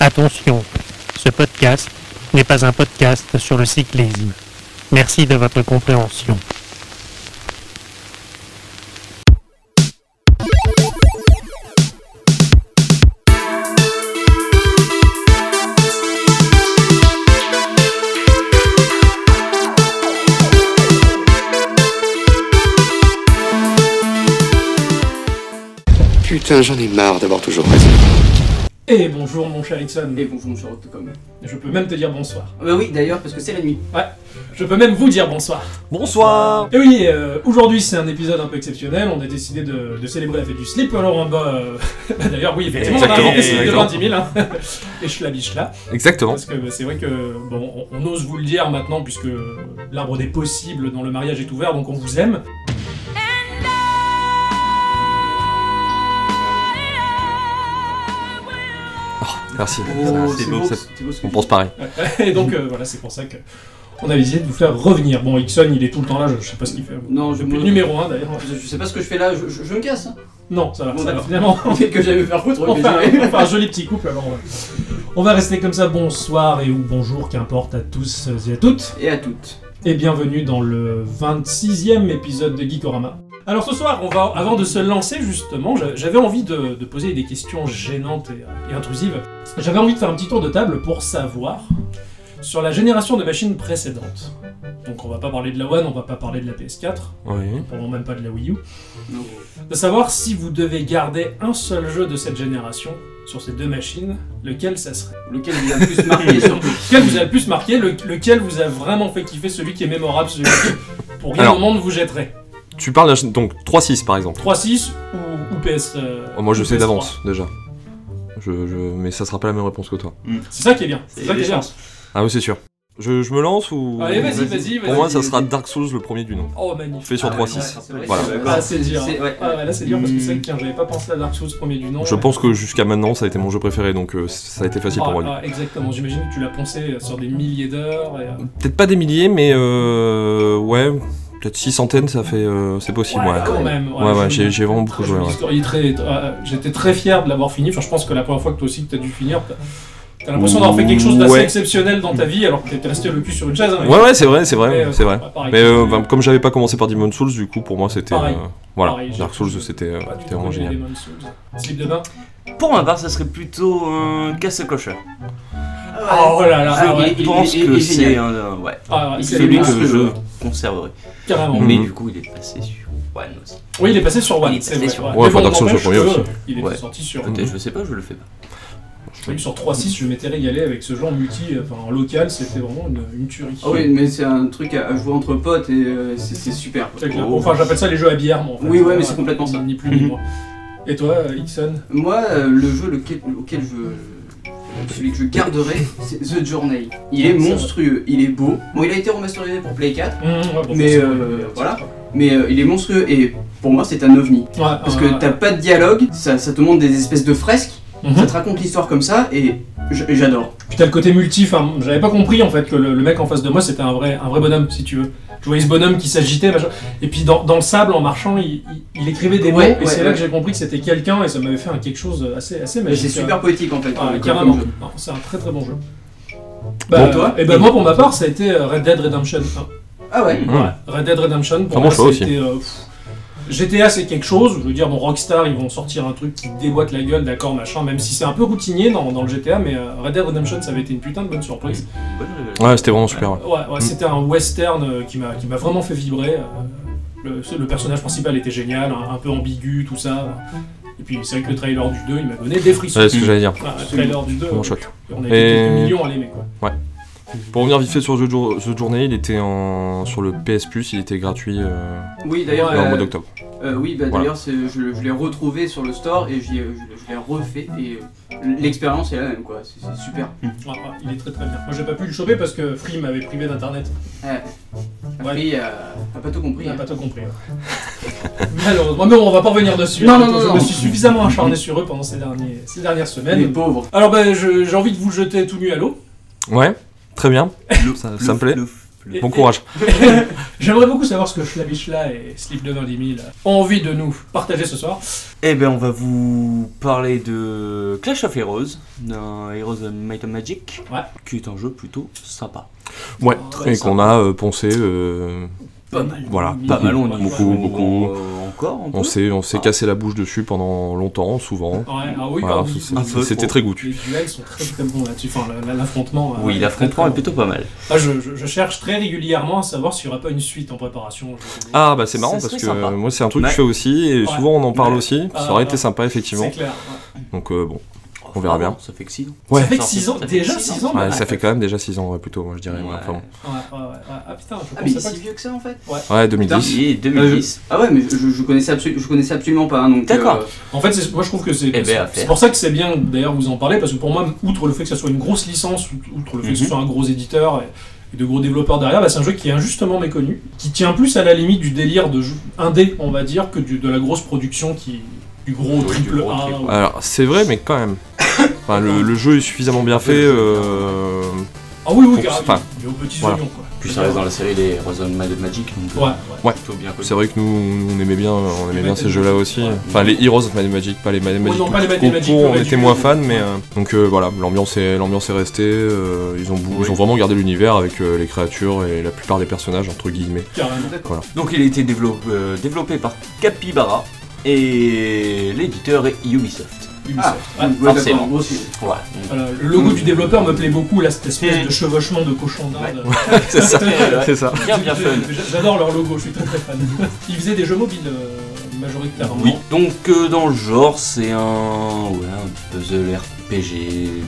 Attention, ce podcast n'est pas un podcast sur le cyclisme. Merci de votre compréhension. Putain, j'en ai marre d'avoir toujours raison. Et bonjour mon cher Ixon. Et bon, bonjour Octocom. Je peux même te dire bonsoir. Ah Bah oui, d'ailleurs, parce que c'est la nuit. Je peux même vous dire bonsoir. Bonsoir Et oui, euh, aujourd'hui c'est un épisode un peu exceptionnel. On a décidé de, de célébrer la fête du slip. Alors on va. euh, bah, D'ailleurs, oui, effectivement, on Exactement, a décidé de exactement. 20 000. hein. Et je la biche là. Exactement. Parce que bah, c'est vrai que. Bon, on, on ose vous le dire maintenant, puisque l'arbre des possibles dans le mariage est ouvert, donc on vous aime. Merci. Oh, Ah, C'est beau, ça- c'est beau ce que On tu pense pareil. Et donc euh, voilà, c'est pour ça que. On a décidé de vous faire revenir. Bon, Ixon, il est tout le temps là, je, je sais pas ce qu'il fait. dis. Non, je Depuis me... le numéro 1 d'ailleurs. Je, je sais pas ce que je fais là, je, je- je me casse. Hein. Non, ça va, Bon, ça va d'accord. finalement. Peut-être que j'allais me faire foutre, On mais va faire- j'ai- on va faire un joli petit couple alors. ouais. On va rester comme ça, bonsoir et ou bonjour, qu'importe à tous et à toutes. Et à toutes. Et bienvenue dans le 26e épisode de Geekorama. Alors ce soir, on va, avant de se lancer justement, j'a- j'avais envie de, de poser des questions gênantes et, et intrusives. J'avais envie de faire un petit tour de table pour savoir sur la génération de machines précédentes. Donc on va pas parler de la One, on va pas parler de la PS4, Oui. parlons même pas de la Wii U Non. de savoir si vous devez garder un seul jeu de cette génération sur ces deux machines, lequel ça serait Lequel vous a le plus marqué surtout Lequel vous a le plus marqué, le- lequel vous a vraiment fait kiffer, celui qui est mémorable, celui qui, pour rien Alors. au monde, vous jetterez Tu parles d'un- donc 3-6 par exemple. 3-6 ou, ou PS... euh, Oh, moi je ou sais PS3. d'avance déjà. Je, je- mais ça sera pas la même réponse que toi. C'est ça qui est bien, c'est C'est ça qui des est bien. chances. Ah oui, c'est sûr. Je, je me lance ou. Allez, vas-y, Vas-y. vas-y, Pour vas-y. moi, ça sera Dark Souls le premier du nom. Oh, magnifique. Fait sur Ah, 3-6. ouais, c'est vrai, Voilà. c'est vrai. Ah, c'est dur. C'est- ouais. Ah, ouais, là c'est dur parce que c'est Hmm. tiens, j'avais pas pensé à Dark Souls premier du nom. Je pense que jusqu'à maintenant, ça a été mon jeu préféré, donc euh, ça a été facile pour moi. lui. ah, Exactement, j'imagine que tu l'as poncé sur des milliers d'heures. Et... euh, Peut-être pas des milliers, mais euh, ouais, peut-être 6 centaines, ça fait. euh, c'est possible, ouais. quand même. Ouais, ouais, je- j'ai- j'ai vraiment beaucoup Très joué, jolie ouais. histoire, il est très- euh, J'étais très fier de l'avoir fini. Enfin, je pense que la première fois que toi aussi que t'as dû finir, t'as- t'as l'impression d'avoir fait quelque chose d'assez Ouais. exceptionnel dans ta vie, alors que t'étais resté le cul sur une chaise. hein. Ouais, ouais, c'est vrai, c'est Mais, vrai, euh, c'est vrai. bah, pareil. Mais euh, bah, comme j'avais pas commencé par Demon Souls, du coup, pour moi, c'était. Pareil. euh, voilà, Pareil, j'ai- Bah, Dark Souls, c'était euh, Pas du c'était tout vraiment connu, génial. Demon's Souls. Slip de bain. Pour ma part, ça serait plutôt un casse-cocheur. Oh là là, ah ouais. Il- Je il- pense il- il que est c'est génial. un. euh, ouais, Ah, ouais, Il c'est Mmh. fait le lui celui masque, que je euh, conserverai. Carrément. Mhm. Mais du coup, il est passé sur One aussi. Mmh. Oui, il est passé sur One. Il est c'est passé vrai, sur ouais. One. Mais Ouais, enfin, bon, Dark Souls n'empêche sur premier que, aussi. Il est Ouais. sorti sur. Peut-être, je sais pas, je le fais pas. Oui, sur 3-6, je m'étais régalé avec ce genre multi, enfin en local, c'était vraiment une, une tuerie. Ah oui, mais c'est un truc à, à jouer entre potes et euh, c'est c'est super. quoi. C'est clair. Oh. Enfin, j'appelle ça les jeux à bière, moi. en fait. Oh. Oui, ouais, mais c'est complètement ça. Ni plus ni moins. Et toi, euh, Ixon Moi, euh, le jeu lequel- auquel je. Celui que je garderai, c'est The Journey. Il est monstrueux, il est beau. Bon, il a été remasterisé pour Play 4, Mais, euh, voilà. mais euh, il est monstrueux et pour moi, c'est un ovni. Parce que t'as pas de dialogue, ça, ça te montre des espèces de fresques, Mhm. ça te raconte l'histoire comme ça, et j- et j'adore. Puis t'as le côté multi, enfin, j'avais pas compris en fait que le, le mec en face de moi c'était un vrai, un vrai bonhomme, si tu veux. Je voyais ce bonhomme qui s'agitait, machin. Et puis dans, dans le sable, en marchant, il, il- il écrivait des mots, Ouais, et ouais, c'est ouais. là que j'ai compris que c'était quelqu'un, et ça m'avait fait un quelque chose assez, assez Mais magique. c'est super poétique en fait. Ah, comme- carrément. comme jeu. Non, C'est un très très bon jeu. toi Et ben moi pour ma part, ça a été euh, Red Dead Redemption 1. Ah ouais Mm. Ouais, Red Dead Redemption, pour Ah, bon moi, choix c'était, euh, pff, GTA, c'est quelque chose. Je veux dire, bon, Rockstar, ils vont sortir un truc qui déboîte la gueule, d'accord, machin, même si c'est un peu routinier dans, dans le GTA, mais euh, Red Dead Redemption, ça avait été une putain de bonne surprise. Bonne révélation. Ouais, c'était vraiment super. ouais. Mm. Ouais, ouais, c'était un western euh, qui m'a qui m'a vraiment fait vibrer. euh, le, ce- le personnage principal était génial, un, un peu ambigu, tout ça. Et puis, c'est vrai que le trailer du 2, il m'a donné des frissons. Ouais, c'est ce que j'allais dire. Enfin, le trailer du 2, Vraiment euh, chouette. on a été Et- quelques millions à l'aimer, quoi. Pour revenir vite fait sur The Jour- The Journey, il était en... sur le PS Plus, il était gratuit euh, Oui, d'ailleurs, Ouais, en euh, mois d'octobre. euh, oui, bah, Voilà. d'ailleurs, c'est- je, je l'ai retrouvé sur le store et j'y ai- je, je l'ai refait, et euh, l'expérience est la même quoi, c'est c'est super. Ah, ah, il est très très bien. Moi, j'ai pas pu le choper parce que Free m'avait privé d'internet. Après, euh, t'as pas tout compris. On n'a hein. pas tout compris. hein. Malheureusement, mais on va pas revenir dessus. hein. Non, non, non, je non. me suis suffisamment acharné sur eux pendant ces, derniers- ces dernières Les semaines. pauvres. Alors, ben, je- j'ai envie de vous jeter tout nu à l'eau. Ouais, très bien. ça ça me plaît. Et- Bon courage. J'aimerais beaucoup savoir ce que Schlabichla et Slip de 20 000 ont envie de nous partager ce soir. Eh bien, on va vous parler de Clash of Heroes, d'un Heroes of Might and Magic, Ouais. qui est un jeu plutôt sympa. Ouais, Très et qu'on a euh, poncé. euh, Pas mal. Voilà, Mmh. Pas mal, on y beaucoup, joue, beaucoup. euh, encore, un peu. on s'est on s'est Ah. cassé la bouche dessus pendant longtemps, souvent. Ouais, Mhm. ah oui, Voilà, bah oui, c'est- un oui, peu c'est- C'était trop. très goûtu. Les duels sont très très bons là-dessus. Enfin, la- la- l'affrontement. euh, Oui, est l'affrontement très, est très plutôt pas mal. bon. Ah, je, je- je cherche très régulièrement à savoir s'il n'y aura pas une suite en préparation. Ah bah c'est marrant Ça parce que serait sympa. euh, moi c'est un truc que Ouais. je fais aussi et Ouais. souvent on en parle Ouais. aussi. Ça Ah, aurait été ouais. sympa c'est effectivement. clair. Donc euh, bon, Enfin, on verra bien. bon, Ah, Ça fait que 6 ans. Ouais. Ça fait que Sorti, 6 ans, ça fait déjà six 6 ans. ans. Ouais, bah, ça fait quand même déjà 6 ans ouais, plutôt moi je dirais. ouais, enfin bon. ouais, ouais, ouais, ouais. Ah putain, je Ah, mais il pensais est pas si vieux que ça en fait Ouais, 2010. Et 2010. Ah ouais, mais je, je- je connaissais, absolu- je connaissais absolument pas. hein, donc, D'accord. euh, que- En fait, c'est- moi je trouve que c'est Eh ben, à c'est faire. pour ça que c'est bien d'ailleurs vous en parler parce que pour moi, outre le fait que ça soit une grosse licence, outre le fait que ce Mhm. soit un gros éditeur et, et de gros développeurs derrière, bah, c'est un jeu qui est injustement méconnu, qui tient plus à la limite du délire de jeu indé, on va dire, que du- de la grosse production qui du gros Oui, du triple gros A. triple, ou- Alors c'est vrai mais quand même. Enfin, le, le jeu est suffisamment bien fait. euh, Ah oui, oui, Pour- carrément. enfin, Il est aux petits voilà. oignons, quoi. Puis ça reste dans la série des Heroes of Might and Magic, donc Ouais, euh, ouais. plutôt bien connu. C'est vrai que nous on aimait bien on aimait bien ces jeux là aussi. Ouais. Enfin les Heroes of Might and Magic, pas les Might Ouais, and Magic. Oh non, pas les Might and concours, Magic, on ouais, était du- moins fan mais euh, donc euh, voilà, l'ambiance est l'ambiance est restée, euh, ils ont bou- ils ont vraiment gardé l'univers avec euh, les créatures et la plupart des personnages entre guillemets. Carrément. Donc il a été développé, euh, développé par Capybara et l'éditeur est Ubisoft. Ah. Ubisoft. Ouais. ouais, d'accord, forcément. en gros, c'est- Voilà. Voilà, le logo du développeur me plaît beaucoup, là, cette espèce Mm. de chevauchement de cochon d'Inde. c'est ça. Ouais. C'est ça. Bien bien fun. J'a- J'adore leur logo, je suis très très fan. Ils faisaient des jeux mobiles euh, majoritairement. Oui. Donc euh, dans le genre c'est un, ouais, un puzzle RPG.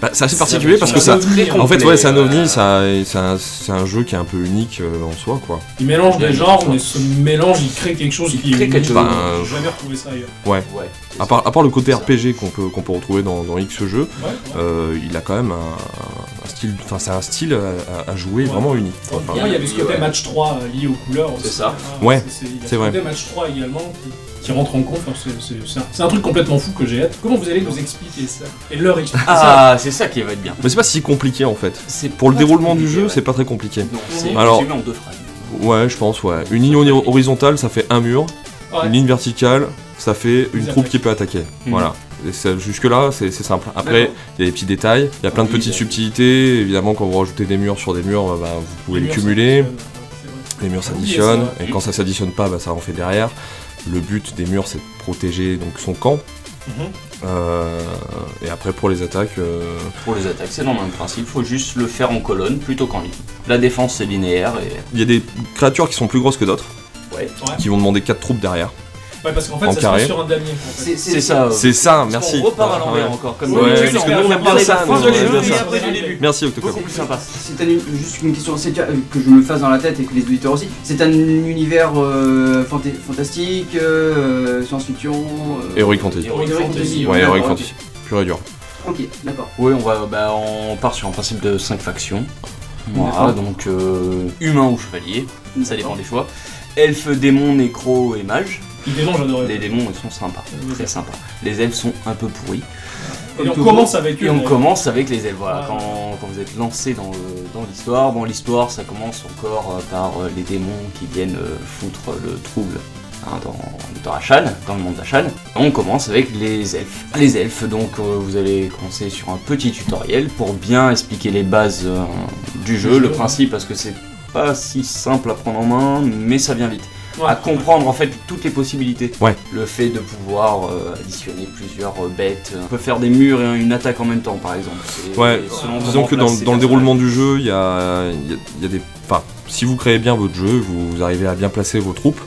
Bah, c'est assez Ça particulier va, parce ça que va. ça Très En fait, ouais, c'est un Complet, ovni, euh, ça- c'est un, c'est un jeu qui est un peu unique euh, en soi, quoi. Ils mélangent des Ouais, genres, ouais. mais ce mélange, ils créent quelque chose Ils qui est créent quelque unique. chose. Bah, J'ai euh, jamais retrouvé ça ailleurs. Ouais. c'est À part, à part le côté ça. RPG qu'on peut, qu'on peut retrouver dans, dans X jeu, Ouais, ouais. euh, il a quand même un, un- un style, enfin, c'est un style à, à- à jouer Ouais. vraiment unique. quoi. Pour Enfin, moi, il y avait ce côté ouais. match 3 euh, lié aux couleurs aussi. C'est ça. Ah, Ouais, c'est- il y a c'est ce vrai. côté match 3 également qui, qui rentre en compte. Enfin, c'est- c'est- c'est un- c'est un, truc complètement fou que j'ai hâte. Comment vous allez nous expliquer ça Et leur expliquer ça Ah c'est ça qui va être bien. mais c'est pas si compliqué en fait. C'est Pour le pas déroulement du compliqué, jeu, ouais. c'est pas très compliqué. Non, c'est Alors- résumé en deux phrases. Ouais, je pense, ouais. Une ligne hori- horizontale, ça fait un mur. Ouais. Une ligne verticale, ça fait une Ils troupe attaquent. qui peut attaquer. Mhm. Voilà. Et ça- Jusque-là, c'est c'est simple. Après, D'accord. il y a des petits détails, il y a plein de Oui, petites bah. subtilités. Évidemment, quand vous rajoutez des murs sur des murs, bah, vous pouvez les murs, cumuler. c'est vrai. Les murs Ah oui, s'additionnent, ça, et quand ça s'additionne pas, bah, ça en fait derrière. Le but des murs, c'est de protéger donc, son camp. Mhm. Euh, et après, pour les attaques, euh, Pour les attaques, c'est dans le même principe, faut juste le faire en colonne plutôt qu'en ligne. La défense c'est linéaire et il y a des créatures qui sont plus grosses que d'autres, ouais. qui vont demander 4 troupes derrière. Ouais, parce qu'en fait, En ça se carré. fait sur un damier. en fait. C'est C'est c'est- ça. euh, C'est ça, parce merci. qu'on repart à l'envers Ouais. encore comme Ouais, d'habitude, parce on que nous, on aime parle bien de la ça, fin nous, de on aime jeu bien et ça. après du début. Merci, Octocom. Beaucoup plus sympa. C'est un, uni- juste une question, c'est que que je me le fasse dans la tête et que les auditeurs aussi. C'est un univers euh, fanta- fantastique, euh, science-fiction. euh, Heroic Fantasy. Heroic Fantasy, Ouais, d'accord, Heroic ok. Fantasy. Pur et dur. Ok, d'accord. Oui, on va, bah, on part sur un principe de 5 factions. Voilà, D'accord. donc euh, humain ou chevalier, ça dépend D'accord. des choix. Elfes, démons, nécro et mages. Les démons, j'adorais. Les démons, ils sont sympas, Oui. très sympas. Les elfes sont un peu pourris. Et on Tout commence avec eux. Et on d'ailleurs. commence avec les elfes. Voilà, Ouais. quand, quand vous êtes lancé dans le- dans l'histoire, bon, l'histoire, ça commence encore euh, par euh, les démons qui viennent euh, foutre euh, le trouble. hein, dans, dans Ashan, dans le monde d'Ashan, on commence avec les elfes. Les elfes, donc euh, vous allez commencer sur un petit tutoriel pour bien expliquer les bases euh, du jeu, jeu, le ouais. principe, parce que c'est pas si simple à prendre en main, mais ça vient vite Ouais. à comprendre en fait toutes les possibilités. Ouais. Le fait de pouvoir euh, additionner plusieurs euh, bêtes. On peut faire des murs et une attaque en même temps par exemple. Et- Ouais, et selon Disons comment que dans, placer dans le les déroulement du jeu, il y a, il y a- il y a des. Enfin, si vous créez bien votre jeu, vous, vous arrivez à bien placer vos troupes.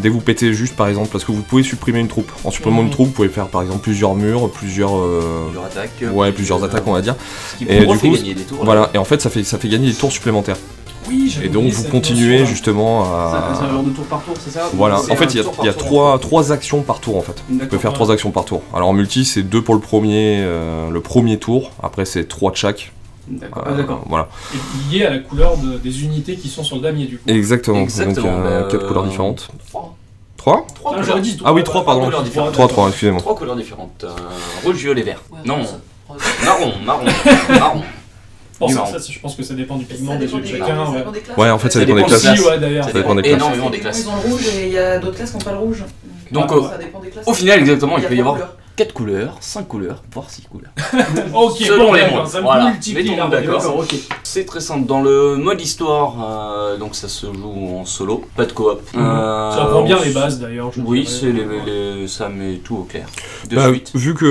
Dès que vous pétez juste, par exemple, parce que vous pouvez supprimer une troupe. En supprimant Mhm. une troupe, vous pouvez faire par exemple plusieurs murs, plusieurs. euh, personnages, plusieurs attaques. ouais, plusieurs attaques, on va dire. Ce qui Et vous du fait coup, gagner des tours. Voilà, et en fait, ça fait, ça fait gagner des tours supplémentaires. Oui, j'avais Et donc, oublié vous cette continuez notion-là. justement Ça- C'est un à. genre de tour par tour, c'est ça Euh, Voilà, C'est en fait, un il y a, tour par il y a tour, trois, en fait. trois actions par tour en fait. D'accord. On peut faire trois actions par tour. Alors en multi, c'est deux pour le premier, euh, le premier tour. Après, c'est trois de chaque. D'accord. Euh, Ah, d'accord. Voilà. Et lié à la couleur de- des unités qui sont sur le damier du coup. Exactement. Donc, Exactement, il y a bah, quatre euh, couleurs différentes. trois. 3 Trois Ah, couleurs, j'aurais dit trois. Ah oui, trois, pardon. couleurs différentes. 3-3, excusez-moi. Trois couleurs différentes. Euh, rouge, violet, vert. non, Ouais, marron, marron, marron. Bon, Du ça, marron. ça, je pense que ça dépend du pigment Ça des dépend yeux de des chacun. classes, ça ouais. dépend des classes. Ouais, en fait, ça dépend des dépend classes. Si, ouais, d'ailleurs. Ça Ça dépend des classes. énormément des classes. Ils ont le rouge et il y a d'autres classes qui n'ont pas le rouge. Donc, Ah, Ouais. euh, Ça dépend des classes. au final, exactement, il a peut y trois avoir couleurs. 4 couleurs, 5 couleurs, voire 6 couleurs. Ok, Selon bon, les d'accord, mondes. ça Voilà. multiplie Mettons-nous la d'accord. réponse. ok. C'est très simple. Dans le mode histoire, euh, donc ça se joue en solo, pas de coop. Euh, Mhm. Ça prend bien on- les bases d'ailleurs. je Oui, dirais. Mhm. c'est les, les- ça met tout au clair. De Bah, suite. vu que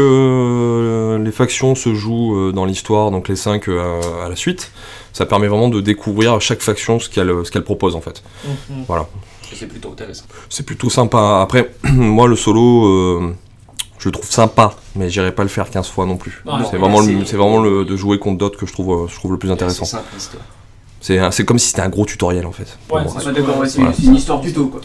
euh, les factions se jouent euh, dans l'histoire, donc les 5 à la suite, ça permet vraiment de découvrir à chaque faction ce qu'elle ce qu'elle propose en fait. Mhm. Et C'est plutôt intéressant. C'est plutôt sympa. Après, moi le solo, euh, je le trouve sympa, mais j'irai pas le faire 15 fois non plus. Ah, c'est non, vraiment, mais le- c'est- c'est vraiment le, de jouer contre d'autres que je trouve, euh, je trouve le plus intéressant. C'est simple l'histoire. C'est un- c'est comme si c'était un gros tutoriel en fait. pour Ouais, moi. c'est Euh, Ouais, d'accord, ouais, c'est Voilà. c'est une histoire tuto quoi.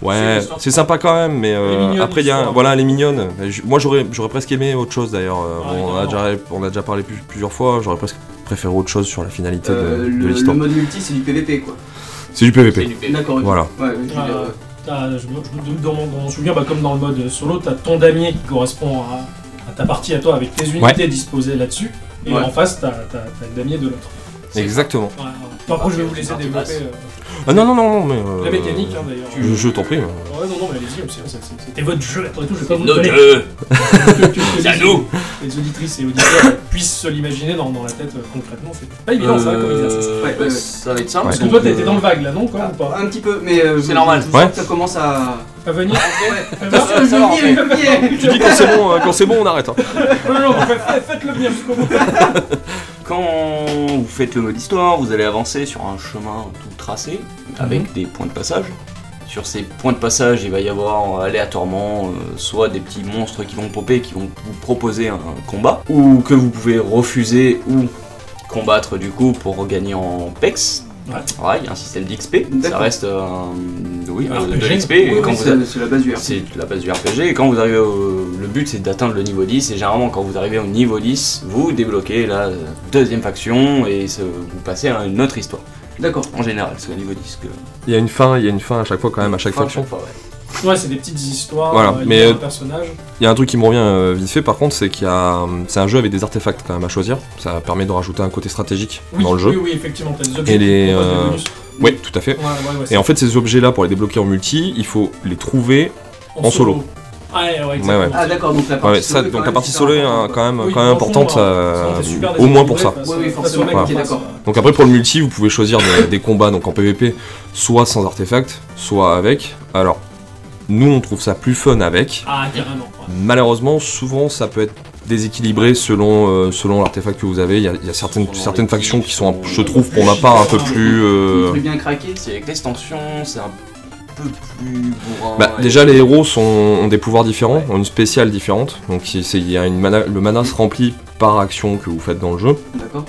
Ouais, C'est- c'est sympa quand même, mais euh, Elle est mignonne, après il y a l'histoire. voilà, elle est mignonne. Mais je- Moi j'aurais j'aurais presque aimé autre chose d'ailleurs. Euh, Ah, on, a évidemment. déjà, on a déjà parlé plus- plusieurs fois, j'aurais presque préféré autre chose sur la finalité de- Euh, de, le, le l'histoire. mode multi c'est du PVP quoi. C'est du C'est PVP. du PVP. D'accord, ok. Voilà. Ouais, je veux dire, Ah, euh, T'as- je me- je me- dans, mon, dans mon souvenir, bah, comme dans le mode solo, t'as ton damier qui correspond à, à ta partie à toi avec tes unités Ouais. disposées là-dessus. Et Ouais. en face, t'as t'as- t'as le damier de l'autre. Exactement. Ouais, ouais. Par contre, je vais vous laisser Ah, développer c'est euh, Ah non, non, non, non, mais. euh, la mécanique hein, d'ailleurs. je je t'en prie. Ouais, non, non, mais allez-y, c'est- c'est- c'est- c'était votre jeu, après tout, je vais pas vous le Notre donner. jeu, Que- que- que c'est à les- nous. Les auditrices et auditeurs puissent se l'imaginer dans, dans la tête euh, concrètement. C'est pas évident ça comme exercice. Euh, Ouais, ouais, ouais. Ça va être simple. Ouais. Parce que donc, toi, t'as été euh, dans le vague là, non quoi, ah, ou pas un petit peu, mais euh, C'est normal. je sens Ouais. que ça commence à. À venir Parce que ça va, je viens, je viens. Tu dis quand c'est bon, euh, quand c'est bon, on arrête. hein. Non, non, faites- faites-le venir jusqu'au bout. Quand vous faites le mode histoire, vous allez avancer sur un chemin tout tracé avec Mhm. des points de passage. Sur ces points de passage, il va y avoir euh, aléatoirement euh, soit des petits monstres qui vont popper, qui vont vous proposer un combat, ou que vous pouvez refuser ou combattre du coup pour regagner en pex. Ouais. il y a un système d'XP, ça D'accord. reste euh, un- oui, Un euh, de RPG. l'XP. Oui, oui, quand vous c'est c'est la base du R. c'est la base du RPG. Et quand vous arrivez au. Le but c'est d'atteindre le niveau 10. Et généralement, quand vous arrivez au niveau 10, vous débloquez la deuxième faction et ce- vous passez à une autre histoire. D'accord. En général, c'est au niveau 10 que. Il y a une fin, il y a une fin à chaque fois quand même, à chaque Enfin, faction. fois, ouais. Ouais, c'est des petites histoires. Voilà, euh, mais, liées à un euh, personnage. Il y a un truc qui me revient euh, vite fait par contre, c'est qu'il y a. euh, C'est un jeu avec des artefacts quand même à choisir. Ça permet de rajouter un côté stratégique Oui, dans le jeu. Oui, oui, effectivement, t'as des objets. les, qui proposent des euh, bonus. Oui, tout à fait. Ouais, ouais, ouais, Et c'est en fait, ces objets-là, pour les débloquer en multi, il faut les trouver. en solo. Ah, ouais, ouais, exactement. ouais. Ah d'accord, donc la Ouais, partie ça, solo est quand donc la même partie super solo est importante, hein, quoi. quand même, Oui, quand même franchement, importante, Sinon, euh, t'es hein. super au moins déséquilibré pour ça. face- Oui, oui, face au forcément, mec ok, qui passe, d'accord. euh, Donc après, pour le multi, vous pouvez choisir des, des combats donc en PvP, soit sans artefacts, soit avec. Alors, nous, on trouve ça plus fun avec. Ah, carrément. ouais. Malheureusement, souvent, ça peut être déséquilibré selon, euh, selon l'artefact que vous avez. Il y a, il y a certaines, Selon certaines les factions qui sont, un- types, je trouve, pour ma part, un peu plus... euh, Un truc bien craqué. C'est avec l'extension, c'est un peu plus bourrin. Bah, et- déjà les héros sont, ont des pouvoirs différents, ont une spéciale différente, donc il c'est- il y a une mana- le mana se remplit par action que vous faites dans le jeu, D'accord.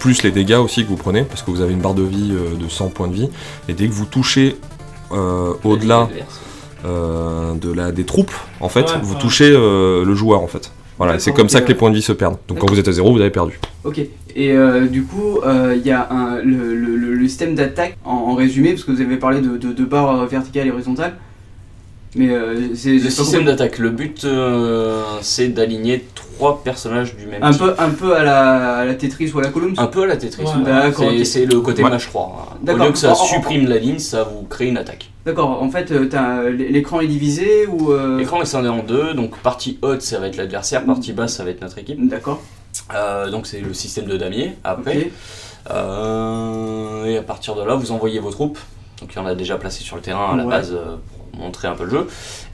plus les dégâts aussi que vous prenez, parce que vous avez une barre de vie euh, de 100 points de vie, et dès que vous touchez euh, au-delà euh, de la, des troupes, en fait, Ouais, vous ouais. touchez euh, le joueur en fait. Voilà, et c'est D'accord, comme ça ok, que les ouais. points de vie se perdent. Donc quand vous êtes à zéro, vous avez perdu. Ok. Et euh, du coup, euh, il y a un, le, le- le- le système d'attaque en, en résumé, parce que vous avez parlé de, de, de barres euh, verticales et horizontales. Mais euh, c'est Le c'est pas système beaucoup- d'attaque, le but euh, c'est d'aligner trois personnages du même un type. peu un peu à la, à la Tetris ou à la Columns. Un peu à la Tetris. Ouais. ouais. D'accord, C'est- ok. C'est le côté Ouais. match 3. Au D'accord. lieu que ça En- en- supprime la ligne, ça vous crée une attaque. D'accord. En fait, euh, t'as- l'é- l'écran est divisé ou. euh, L'écran est scindé en deux, donc partie haute ça va être l'adversaire, partie basse ça va être notre équipe. D'accord. Euh, donc c'est le système de damier Ok. après. Euh, et à partir de là, vous envoyez vos troupes. Donc il y en a déjà placé sur le terrain à la Ouais. base euh, pour montrer un peu le jeu.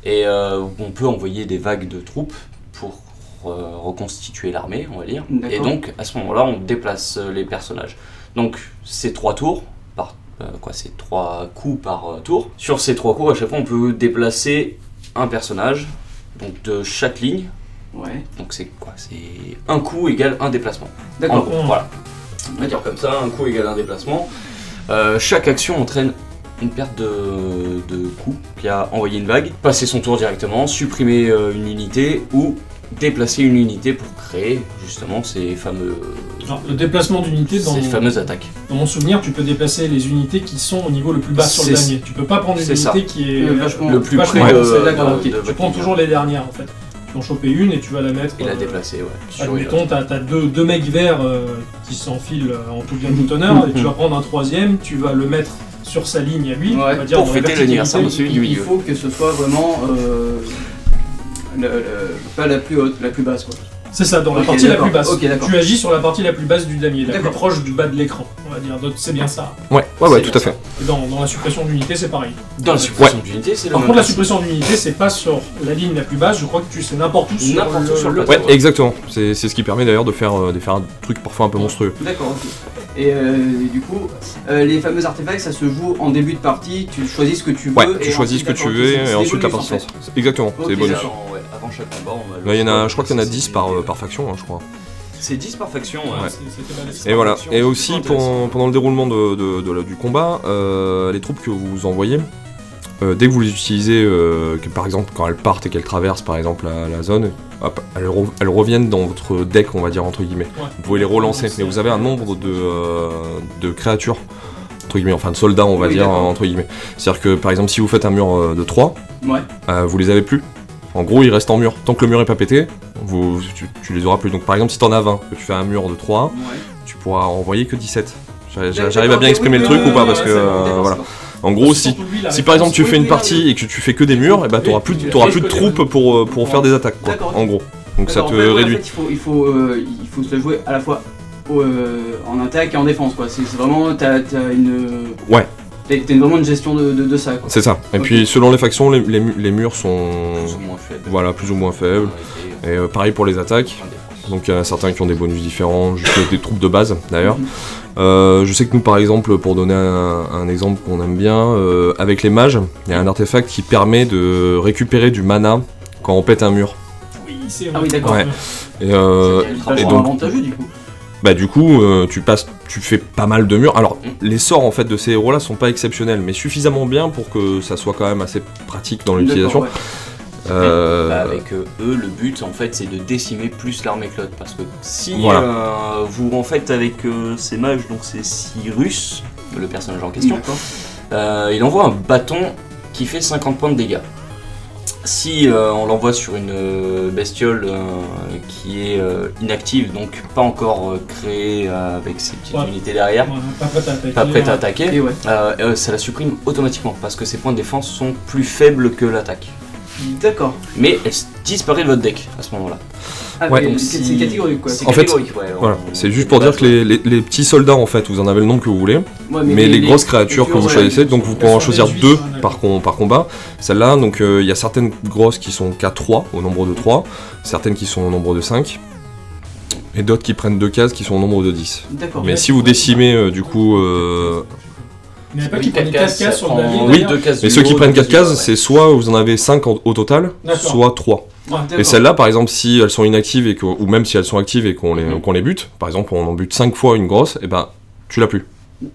Et euh, on peut envoyer des vagues de troupes pour euh, reconstituer l'armée, on va dire. D'accord. Et donc à ce moment-là, on déplace euh, les personnages. Donc c'est trois tours. par euh, Quoi, c'est trois coups par euh, tour. Sur ces trois coups, à chaque fois, on peut déplacer un personnage, donc de chaque ligne. Ouais. Donc c'est quoi C'est un coup égale un déplacement. En D'accord. gros, voilà. On va dire comme ça, un coup égale un déplacement. Euh, chaque action entraîne une perte de, de coup qui a envoyé une vague, passer son tour directement, supprimer euh, une unité ou déplacer une unité pour créer justement ces fameux Genre, le déplacement d'unités dans, ces fameuses attaques. dans mon souvenir, tu peux déplacer les unités qui sont au niveau le plus bas sur le C'est- dernier. Tu peux pas prendre une c'est ça. unité qui est Euh, vachement- Le plus vachement près avancée, de, d'accord, de- ok. de Tu votre prends ligne. toujours les dernières en fait. Tu Tu vas en choper une et tu vas la mettre. Et la euh, déplacer, ouais. Sur une Admettons, t'as t'as deux, deux mecs verts euh, qui s'enfilent euh, en tout bien tout honneur, et tu vas prendre un troisième, tu vas le mettre sur sa ligne à lui, Ouais, on va dire dans pour la fêter verticalité. l'anniversaire de celui- Il, du il milieu. faut que ce soit vraiment euh, la- la- pas la plus haute, la plus basse quoi. C'est ça, dans la Ok, partie la d'accord. plus basse. Ok, d'accord. tu agis sur la partie la plus basse du damier, la plus D'accord. proche du bas de l'écran, on va dire. Donc, C'est bien ça. Ouais, ouais, ouais, C'est tout à fait. Et dans, dans la suppression d'unité, c'est pareil. Dans la suppression d'unité, c'est le Par même contre, la principe. suppression d'unité, c'est pas sur la ligne la plus basse, je crois que tu sais n'importe où sur N'importe où sur le Ouais, Ouais. exactement. C'est c'est ce qui permet d'ailleurs de, faire euh, de faire un truc parfois un peu monstrueux. D'accord, ok. Et, euh, et du coup, euh, les fameux artefacts, ça se joue en début de partie, tu choisis ce que tu veux. Ouais, et tu choisis ce que ensuite, tu d'accord, veux ok, c'est- et c'est ensuite la évolué, partie en sens. Exactement, Ok, c'est les bonus. d'accord. Avant, ouais, avant chaque combat, on va le- Là, Bah, il y en a, je crois qu'il y en a 10 par, euh, par faction, hein, je crois. C'est 10 par faction, ouais. Ouais. C'était Et voilà. Et aussi Intéressant. pen- pendant le déroulement de, de- de la- du combat, euh, les troupes que vous envoyez, euh, dès que vous les utilisez, euh, que par exemple quand elles partent et qu'elles traversent par exemple la, la zone, hop, elles, re- elles reviennent dans votre deck, on va dire entre guillemets. Ouais. Vous pouvez les relancer, mais vous avez un nombre de, euh, de créatures entre guillemets, enfin de soldats, on va Oui, dire d'accord. entre guillemets. C'est-à-dire que par exemple si vous faites un mur euh, de 3, Ouais. euh, vous les avez plus. En gros, ils restent en mur. Tant que le mur est pas pété, vous, tu, tu les auras plus. Donc, par exemple, si t'en as 20, que tu fais un mur de 3, Ouais. tu pourras envoyer que 17. J'a- j'a- D'accord, J'arrive à bien ok, exprimer oui, le oui, truc oui, ou pas oui, parce que oui, d'accord, euh, d'accord, voilà. d'accord. En gros, si, si par exemple tu fais une partie et que tu fais que des murs, et bah t'auras plus, t'auras plus de troupes pour, euh, pour faire des attaques quoi. D'accord. En gros. Donc ça D'accord, te en fait, ouais, en réduit. fait, il faut, il faut, euh, il faut se la jouer à la fois au, euh, en attaque et en défense, quoi. C'est c'est vraiment, t'as t'as une. Ouais. T'as t'as vraiment une gestion de, de- de ça, quoi. C'est ça. Et Ok. puis selon les factions, les, les mu- les murs sont Plus ou moins faible. voilà plus ou moins faibles. Et euh, pareil pour les attaques. Donc il y en a certains qui ont des bonus différents, juste avec des troupes de base d'ailleurs. Mhm. Euh, je sais que nous par exemple, pour donner un, un exemple qu'on aime bien, euh, avec les mages, il y a un artefact qui permet de récupérer du mana quand on pète un mur. Oui, c'est Ah oui, d'accord. Ouais. Et, euh, C'est et vachement donc- avantageux, du coup. bah du coup euh, tu passes tu fais pas mal de murs. Alors Mm. les sorts en fait de ces héros là sont pas exceptionnels mais suffisamment bien pour que ça soit quand même assez pratique dans l'utilisation. D'accord, Euh, Bah, avec euh, eux, le but en fait c'est de décimer plus l'armée clote parce que si Voilà. euh, vous en faites avec euh, ces mages, donc c'est Cyrus, le personnage en ouais. question, D'accord. euh, il envoie un bâton qui fait 50 points de dégâts. Si euh, on l'envoie sur une euh, bestiole euh, qui est euh, inactive, donc pas encore euh, créée euh, avec ses petites Ouais. unités derrière, Pas prêt à attaquer. pas prête à hein. attaquer, Et ouais. euh, euh, ça la supprime automatiquement parce que ses points de défense sont plus faibles que l'attaque. D'accord. Mais elle s- disparaît de votre deck à ce moment-là. Ah, Ouais. mais Donc, c'est si- c'est catégorique, quoi. C'est En fait, catégorique, ouais, on- Voilà, on- c'est juste pour dire que les, les- les petits soldats en fait, vous en avez le nombre que vous voulez, Ouais, mais, les, grosses créatures que vous ouais, choisissez, donc vous elles pourrez en sont choisir réduites, deux hein, d'accord. par, com- par combat. Celle-là, donc euh, il y a certaines grosses qui sont qu'à 3, au nombre de 3, certaines qui sont au nombre de 5, et d'autres qui prennent deux cases qui sont au nombre de 10. D'accord. Mais si vous décimez euh, du coup euh, Il n'y en a pas qui Oui, prennent quatre 4 cases, cases, sur ça le damier. prend- d'ailleurs. deux cases Mais du ceux qui haut, prennent deux 4 cases, du c'est soit vous en avez 5 au total, D'accord. soit 3. D'accord. Et celles-là, par exemple, si elles sont inactives, et que, ou même si elles sont actives et qu'on les, Mhm. qu'on les bute, par exemple, on en bute 5 fois une grosse, et ben tu l'as plus.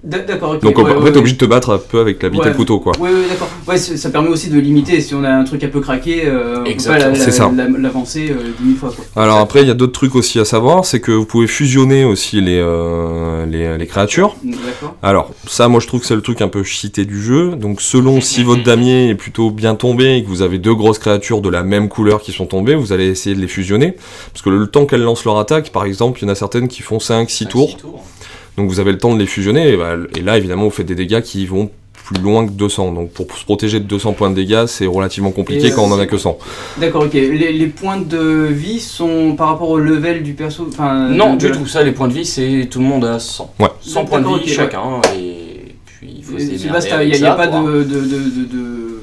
D- D'accord, ok. Donc ouais, en fait, ouais, t'es obligé de te battre un peu avec la bite Ouais. et le couteau, quoi. Ouais, ouais, d'accord. Ouais, c'est- ça permet aussi de limiter. Si on a un truc un peu craqué, euh, on peut pas Exactement. la- C'est ça. la- la- l'avancer euh, 10 000 fois, quoi. Alors après, il y a d'autres trucs aussi à savoir, c'est que vous pouvez fusionner aussi les, euh, les, les créatures. D'accord. Alors, ça, moi, je trouve que c'est le truc un peu cheaté du jeu. Donc, selon si votre damier est plutôt bien tombé et que vous avez deux grosses créatures de la même couleur qui sont tombées, vous allez essayer de les fusionner. Parce que le temps qu'elles lancent leur attaque, par exemple, il y en a certaines qui font 5, Ah, 6 tours. Donc, vous avez le temps de les fusionner. Et, bah, et là, évidemment, vous faites des dégâts qui vont plus loin que 200. Donc, pour se protéger de 200 points de dégâts, c'est relativement compliqué Et, euh, quand on en a que 100. D'accord, ok. Les, les points de vie sont par rapport au level du perso. Enfin, Non, de- du de- tout. Ça, les points de vie, c'est tout le monde à 100. Ouais. 100 points de vie D'accord, ok, chacun. Et puis, il faut se Euh, démerder C'est basta, avec il n'y a, ça pas pour avoir- de, de, de, de, de-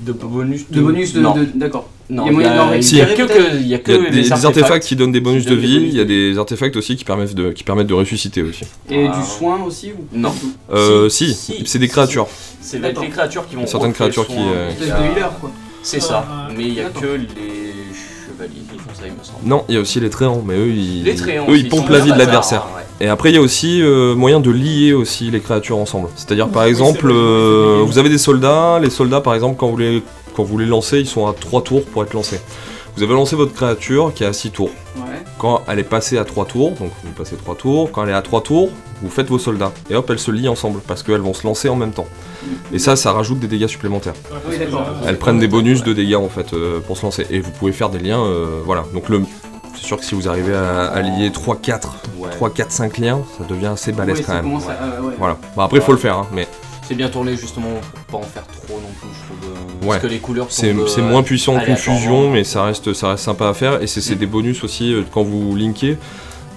de bonus. de bonus de. non. de- D'accord. Il y a Non, il y moyen d'en a, il y a récupérer, que, peut-être que- il y a que Il y a les des artefacts, qui donnent des bonus qui de donnent des vie, bonus il y a des artefacts aussi qui permettent de, qui permettent de ressusciter aussi. Et Ah. du soin aussi ou pas Non. du tout Euh, si, Si, si, c'est des si, créatures. C'est avec D'accord. les créatures qui vont. Certaines offrir créatures qui, soin, euh, il Espèce y de a- healer, quoi. C'est ça. Ah, ouais. Mais il y a D'accord. que les chevaliers qui font ça, il me semble. Non, il y a aussi les tréants, mais eux ils, Les tréants. eux, ils aussi, pompent sont la vie de bien l'adversaire. bazar, hein, ouais. Et après il y a aussi euh, moyen de lier aussi les créatures ensemble. C'est-à-dire par Oui, c'est exemple, vrai, euh, c'est vrai. vous avez des soldats, les soldats par exemple quand vous les quand vous les lancez, ils sont à 3 tours pour être lancés. Vous avez lancé votre créature qui est à 6 tours. Ouais. Ouais. Quand elle est passée à 3 tours, donc vous passez 3 tours, quand elle est à 3 tours, vous faites vos soldats. Et hop, elles se lient ensemble parce qu'elles vont se lancer en même temps. Et ça, ça rajoute des dégâts supplémentaires. Oui, d'accord. Elles prennent des bonus de dégâts en fait euh, pour se lancer. Et vous pouvez faire des liens, euh, voilà. Donc le. C'est sûr que si vous arrivez à, à lier 3, 4, Ouais. 3, 4, 5 liens, ça devient assez balèze Ouais, quand ça même. commence à- euh, ouais. Voilà. Bah après, faut le faire, hein, mais C'est bien tourné justement pour pas en faire trop non plus, je trouve. euh, Ouais. Parce que les couleurs sont. euh, C'est de- c'est moins puissant en aléatoirement. confusion, mais ça reste, ça reste sympa à faire. Et c'est c'est des bonus aussi euh, quand vous linkez.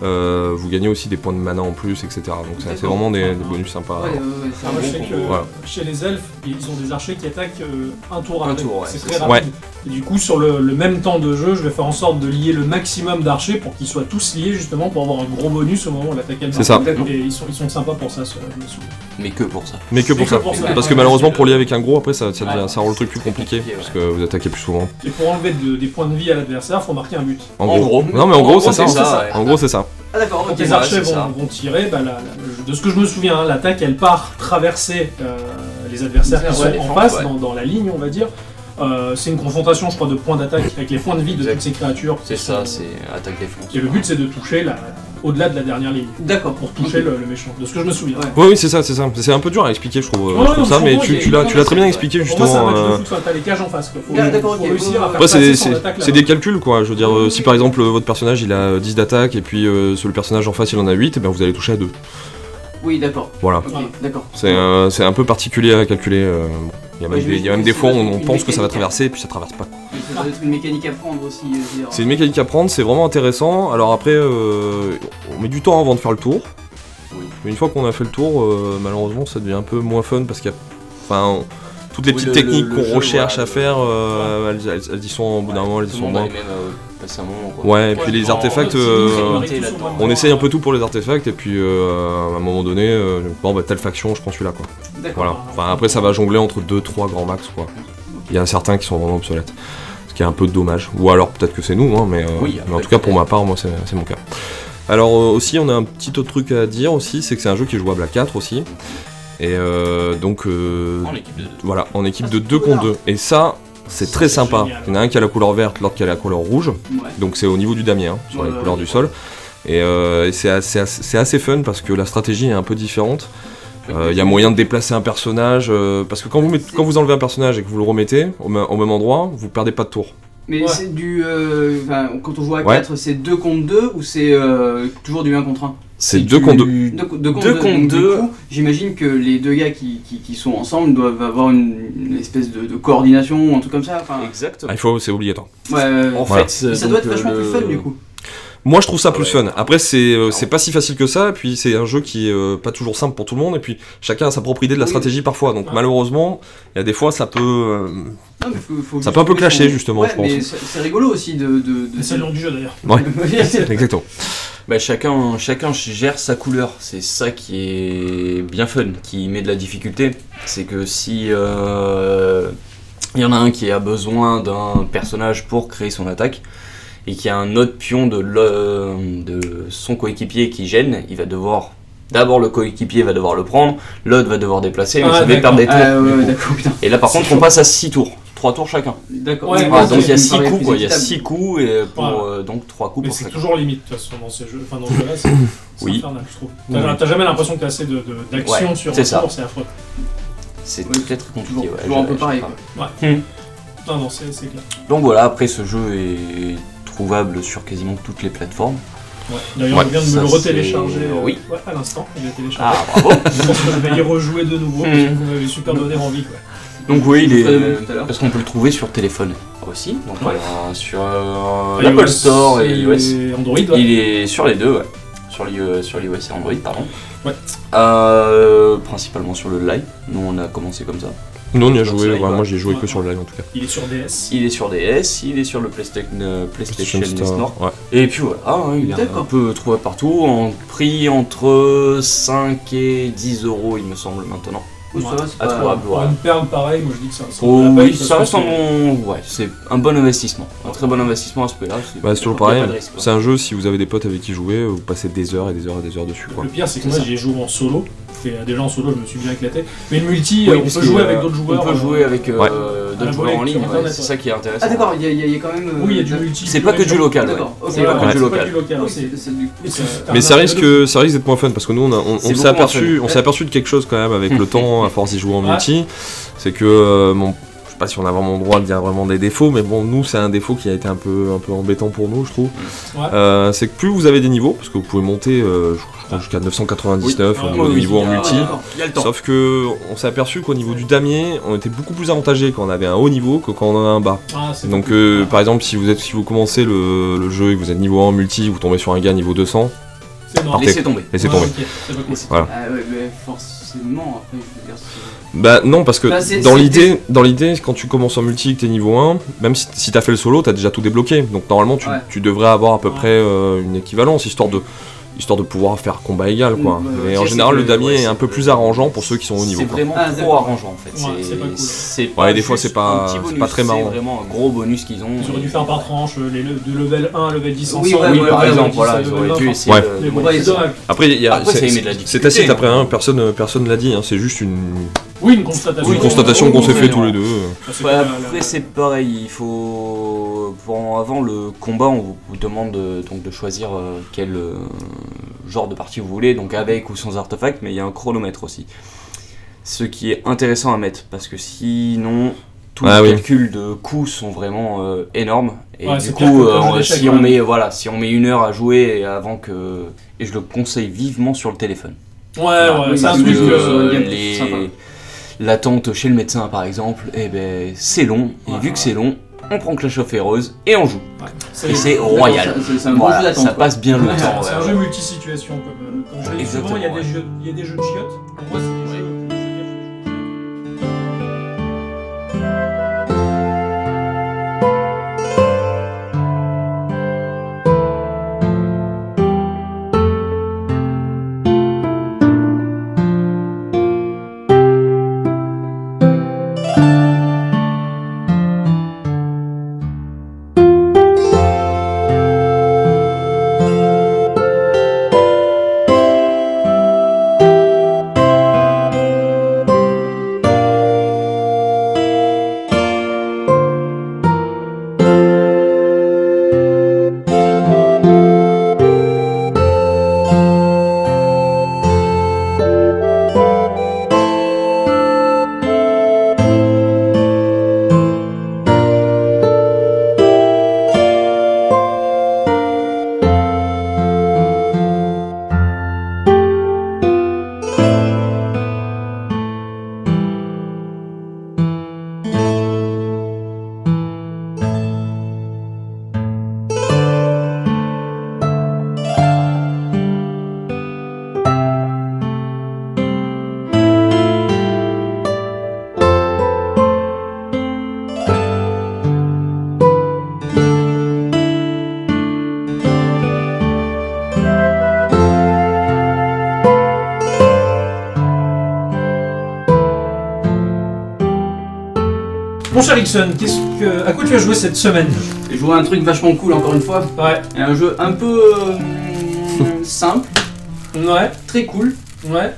euh, vous gagnez aussi des points de mana en plus, etc. Donc ça, c'est D'accord. vraiment des, des bonus sympas. Ouais, ouais, ouais, c'est Ah, un moi, je bon sais combo. que Voilà. chez les elfes, ils ont des archers qui attaquent euh, un tour Un après. tour, ouais, c'est c'est très ça. rapide. Et du coup, sur le, le même temps de jeu, je vais faire en sorte de lier le maximum d'archers pour qu'ils soient tous liés justement pour avoir un gros bonus au moment où l'attaque elle C'est ça. marche. Et ils sont, ils sont sympas pour ça. ce- ce- Mais que pour ça. Mais que pour que ça. pour ça. Parce que malheureusement, pour lier avec un gros, après, ça, ça, Ouais. devient- ça rend le truc plus compliqué. compliqué, ouais. Parce que vous attaquez plus souvent. Et pour enlever de- des points de vie à l'adversaire, faut marquer un but. En, gros. Non, mais en gros, c'est ça. hein. ouais. En gros, c'est ça. Ah, d'accord, Quand ok. les bah ouais, archers c'est vont, ça. vont tirer, bah, la- la- je- de ce que je me souviens, hein, l'attaque elle part traverser euh, les adversaires qui Ouais, sont les en flancs, face, ouais. dans, dans la ligne, on va dire. Euh, c'est une confrontation, je crois, de points d'attaque avec les points de vie de Exact. toutes ces créatures. C'est ça, c'est attaque défense. Et le but c'est de toucher la- au-delà de la dernière ligne, D'accord. pour toucher le, le méchant, de ce que je me souviens. Ouais. Oui, oui, c'est ça, c'est ça. C'est un peu dur à expliquer, je trouve. Ouais, euh, je trouve non, ça, mais mais je tu, comprends, tu il y l'as, a- tu l'as très bien c'est- expliqué Pour moi, c'est un justement. match de euh, foot, soit t'as les cages en face. Quoi. Faut, Ah, d'accord, faut ok. réussir à faire Ouais, c'est passer c'est- son attaque c'est là-bas. des calculs quoi. Je veux dire, euh, si par exemple euh, votre personnage il a euh, 10 d'attaque et puis euh, sur le personnage en face il en a 8, et bien vous allez toucher à 2. Oui, d'accord. Voilà. Voilà. Ok, d'accord. C'est euh, c'est un peu particulier à calculer. euh, bon. Il y a même Ouais, des, il y a même j'imagine des que fois où c'est on une pense que ça va hein. mécanique. traverser et puis ça traverse pas. quoi. Mais Ça doit être une mécanique à prendre aussi. euh, je veux dire. C'est une mécanique à prendre, c'est vraiment intéressant. Alors après, euh, on met du temps avant de faire le tour. Mais une fois qu'on a fait le tour, euh, malheureusement ça devient un peu moins fun parce qu'il y a. Enfin, on- toutes les Oui, petites le- techniques le- le qu'on jeu, recherche voilà, à le- faire, euh, elles, elles- elles y sont au bout d'un moment, elles y Tout le sont monde moins. avait même euh, passé un moment. quoi. Ouais, et puis Ouais, les on artefacts. optimise, euh, on arrive tous au on point On de essaye un peu départ. tout pour les artefacts et puis euh, à un moment donné, euh, bon bah telle faction, je prends celui-là quoi. D'accord. Voilà. Enfin après ça va jongler entre 2-3 grands max quoi. Il y a certains qui sont vraiment obsolètes. Ce qui est un peu dommage. Ou alors peut-être que c'est nous, hein, mais, euh, Oui, mais en après, tout cas pour ma part, moi c'est c'est mon cas. Alors euh, aussi on a un petit autre truc à dire aussi, c'est que c'est un jeu qui est jouable à 4 aussi. Et euh, donc euh, En équipe de deux. voilà, en équipe Ah, de c'est 2 contre cool, 2. Et ça, c'est très C'est sympa. génial. Il y en a un qui a la couleur verte, l'autre qui a la couleur rouge. Ouais. Donc c'est au niveau du damier, hein, sur les Ouais, couleurs ouais. du sol. Et, euh, et c'est assez, assez- c'est assez fun parce que la stratégie est un peu différente. Euh, Il y a moyen de déplacer un personnage. euh, parce que quand vous, mettez- quand vous enlevez un personnage et que vous le remettez au, me- au même endroit, vous perdez pas de tour. Mais Ouais. c'est du. euh, enfin, quand on joue à Ouais. 4, c'est 2 contre 2 ou c'est euh, toujours du 1 contre 1 C'est deux contre deux. du- 2 contre Deux 2. contre deux. J'imagine que les deux gars qui, qui, qui sont ensemble doivent avoir une, une espèce de, de coordination ou un truc comme ça. Enfin, Exactement. Ah, il faut, c'est obligatoire. ouais, euh, En Voilà. fait, euh, mais ça donc, doit être vachement euh, plus fun du coup. Moi je trouve ça plus Ouais. fun. Après c'est euh, c'est pas si facile que ça. Et puis c'est un jeu qui est euh, pas toujours simple pour tout le monde. Et puis chacun a sa propre idée de la Oui. stratégie parfois. Donc Ouais. malheureusement, il y a des fois ça peut. euh, Non, mais faut- faut Ça juste peut un peu trouver clasher, justement, Ouais, je pense. mais c'est c'est rigolo aussi de. de, de... Mais C'est le nom du jeu d'ailleurs. Exactement. Bah, chacun, chacun gère sa couleur, c'est ça qui est bien fun, qui met de la difficulté. C'est que si euh, il y en a un qui a besoin d'un personnage pour créer son attaque, et qu'il y a un autre pion de, le- de son coéquipier qui gêne, il va devoir. D'abord, le coéquipier va devoir le prendre, l'autre va devoir déplacer, mais Ah, ça va d'accord. perdre des tours. Ah du ouais, coup. d'accord, putain. et là, par C'est contre, on chaud. passe à 6 tours, 3 tours chacun. D'accord. Ouais, Ah, ouais, donc il y ça me a 6 paraît coups, plus quoi. Il y a équitable. 6 coups, et pour, Ouais. euh, donc 3 coups Mais pour c'est chacun. toujours limite de toute façon dans ces jeux. Enfin, dans ce jeu-là, c'est c'est Oui. infernal, je trouve. T'as t'as jamais l'impression que t'as assez de- de- d'action Ouais, sur un c'est ça. tour, c'est affreux. C'est Oui, très très Toujours, compliqué. ouais, toujours je- un peu je- pareil. je- quoi. Non, non, c'est c'est clair. Donc voilà, après ce jeu est trouvable sur quasiment toutes les plateformes. Ouais. D'ailleurs, Ouais, je viens de me ça, le retélécharger c'est- euh, oui. ouais, à l'instant. Je l'ai téléchargé. Ah bravo Je pense que je vais y rejouer de nouveau parce que Mhm. vous m'avez super donné envie. Quoi. Donc oui, il Je ferai le même tout à est... l'heure. Parce qu'on peut le trouver sur téléphone aussi, donc Ouais. euh, sur euh, l'Apple iOS Store et iOS. Android. ouais. Il est sur les deux, ouais. Sur l'i- euh, sur l'iOS et Android, pardon. Ouais. Euh, principalement sur le live, nous on a commencé comme ça. Nous on y a Donc, ça joué. y ouais, va. moi j'y ai joué Ouais. que sur le live en tout cas. Il est sur DS. Il est sur DS, il est sur le PlayStation, euh, PlayStation Store. Ouais. Et puis voilà, hein, il est un D'accord. peu trouvé partout, en prix entre 5 et 10 euros il me semble maintenant. Ouais, ça va, c'est À pas- trois. Pour ouais. une perle pareil, moi je dis que ça. ça vaut Oh, la peine oui, parce ça que reste un c'est- bon. Ouais, c'est un bon investissement. Un très bon investissement à ce prix-là. Bah, c'est toujours y a pareil. pas de risque, quoi. C'est un jeu, si vous avez des potes avec qui jouer, vous passez des heures et des heures et des heures dessus. Quoi. Le pire, c'est que C'est moi ça. j'y ai joué en solo C'était euh, des gens solo, je me suis bien éclaté. Mais le multi, Oui, euh, on parce peut que, jouer euh, avec d'autres joueurs. On peut euh, jouer avec euh, Ouais. à la d'autres joueurs en volée, sur ligne, ouais, Internet, c'est ouais. ça qui est intéressant. Ah d'accord, il y, a- il y a- il y a quand même. euh, Oui, il y a du multi. c'est pas que du local, ouais. D'accord, ok. C'est pas Voilà, que du c'est local. local, Oui, Ah c'est- c'est- c'est du coup, c'est- ça- c'est un Mais ça arbre risque, de- ça risque d'être moins fun parce que nous on, a- on- C'est on s'est beaucoup moins aperçu, fun. on s'est aperçu de quelque chose quand même avec le temps à force d'y jouer en multi, c'est que euh, bon, je sais pas si on a vraiment le droit de dire vraiment des défauts, mais bon nous c'est un défaut qui a été un peu un peu embêtant pour nous je trouve. Ouais. Euh, c'est que plus vous avez des niveaux parce que vous pouvez monter euh, je crois jusqu'à 999 Oui. au Ah, niveau oui, des niveaux en Ah, multi. d'accord. Il y a le temps. Sauf que on s'est aperçu qu'au niveau du damier, on était beaucoup plus avantagé quand on avait un haut niveau que quand on en a un bas. Ah, c'est Donc cool. euh, Ah, par exemple si vous êtes si vous commencez le, le jeu et que vous êtes niveau 1 en multi, vous tombez sur un gars niveau 200, c'est mort. partez. Laissez tomber. laissez Ouais, tomber. ok, c'est pas cool. Ah ouais, mais forcément, après, je veux dire. c'est- Bah non parce que Bah, c'est- dans c'est- l'idée dans l'idée quand tu commences en multi et que t'es niveau 1, même si, si t'as fait le solo t'as déjà tout débloqué. Donc normalement tu, Ouais. tu devrais avoir à peu Ouais. près euh, une équivalence histoire de histoire de pouvoir faire combat égal quoi. Mm, ouais, Mais ouais. en C'est- général c'est le que- damier ouais, est un c'est peu que- plus arrangeant pour ceux qui sont au niveau. C'est quoi. vraiment Ah, trop d'accord. arrangeant en fait. Ouais, c'est pas cool. c'est Ouais, des fois, juste c'est pas- un petit c'est bonus, pas très marrant. C'est vraiment un gros bonus qu'ils ont. Ils auraient dû faire par tranche euh, les le- de level 1 à level 10 Oui, ensemble. Oui, Ouais, par ouais, exemple, ouais, voilà, ils ils auraient auraient dû faire. dû essayer de- Mais de bon, Ouais, c'est ils ont- dommage. Après, il y a- Après, ça c'est- y met de la c'est- difficulté, c'est assez hein. après hein, personne personne l'a dit, hein, c'est juste une, Oui, une constatation. une constatation Ah, oui, qu'on oui, s'est oui, fait oui. tous les deux. Parce que, Ouais, euh, après c'est pareil, il faut bon, avant le combat on vous- vous demande euh, donc de choisir euh, quel euh, genre de partie vous voulez, donc avec ou sans artefact, mais il y a un chronomètre aussi. Ce qui est intéressant à mettre parce que sinon tous Ah les oui. calculs de coûts sont vraiment euh, énormes et Ouais, c'est du pire que coup le jeu euh, d'échecs, si on ouais. met voilà si on met une heure à jouer avant que et je le conseille vivement sur le téléphone. Ouais, ouais, Oui, c'est un parce truc. que, euh, euh, il y a- les- sympa. L'attente chez le médecin, par exemple, eh ben, c'est long. Et Ouais. vu que c'est long, on prend Clash of Heroes et on joue. c'est- Et c'est D'accord, royal. ça- C'est c'est un bon Voilà, jeu d'attente. ça passe bien le Ouais, temps. C'est un ouais. jeu multi-situation comme, euh, comme je l'ai dit souvent, il y a des Exactement, jeux, il y a des jeux de chiottes. Pour moi, c'est des jeux- des jeux- Mon cher Ixon, qu'est-ce que, à quoi tu as joué cette semaine J'ai joué à un truc vachement cool encore une fois. Ouais, Et un jeu un peu euh, simple, ouais, très cool ouais.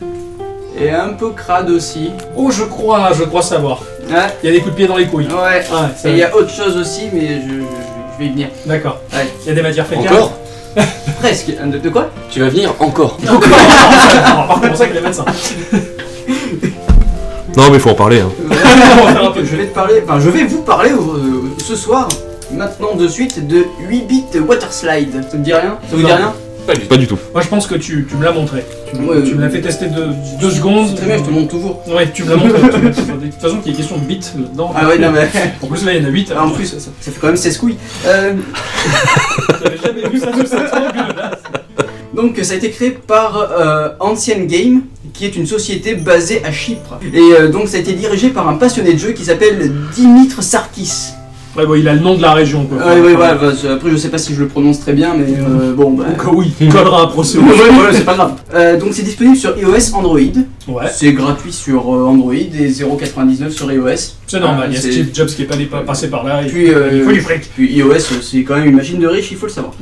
et un peu crade aussi. Oh, je crois, je crois savoir. Ouais, Il y a des coups de pied dans les couilles. ouais. Ouais, Et c'est- il y a autre chose aussi, mais je, je- je vais y venir. D'accord. Ouais. Il y a des matières fécales. Encore Presque. Euh, De, de quoi Tu vas venir encore. Encore C'est pour ça qu'il est médecin. Non mais faut en parler. hein. Je vais te parler, enfin je vais vous parler euh, ce soir, maintenant de suite, de 8 bits water slide. Ça te dit rien Ça vous dit Non. rien Pas du tout. Moi, je pense que tu, tu me l'as montré. Tu, me- Ouais, tu me l'as euh, fait tester deux, deux secondes. C'est Très bien, je te montre toujours. Ouais, tu me l'as montré. tu m'as- de toute façon, qu'il y ait question de bits dedans. Ah ouais, non mais. En plus, là, il y en a 8. En plus, ça, ça fait quand même 16 couilles. Euh, J'avais jamais vu ça sous cet angle-là. donc ça a été créé par euh, Ancient Game, qui est une société basée à Chypre. Et euh, donc ça a été dirigé par un passionné de jeu qui s'appelle Dimitre Sarkis. Ouais, bon, il a le nom de la région, quoi. Ouais, ouais, ouais, bah, c'est- après je sais pas si je le prononce très bien, mais euh, bon, bah. Au cas où il te collera un procès. Ouais, ouais, ouais, c'est pas grave. Euh, donc c'est disponible sur iOS Android. Ouais, C'est gratuit sur euh, Android et 0,99 sur iOS. c'est normal, Ah, il y a c'est- Steve Jobs qui est pas dé- pas passé par là. et Puis, euh, Il faut du fric. Puis iOS, euh, c'est quand même une machine de riche, il faut le savoir.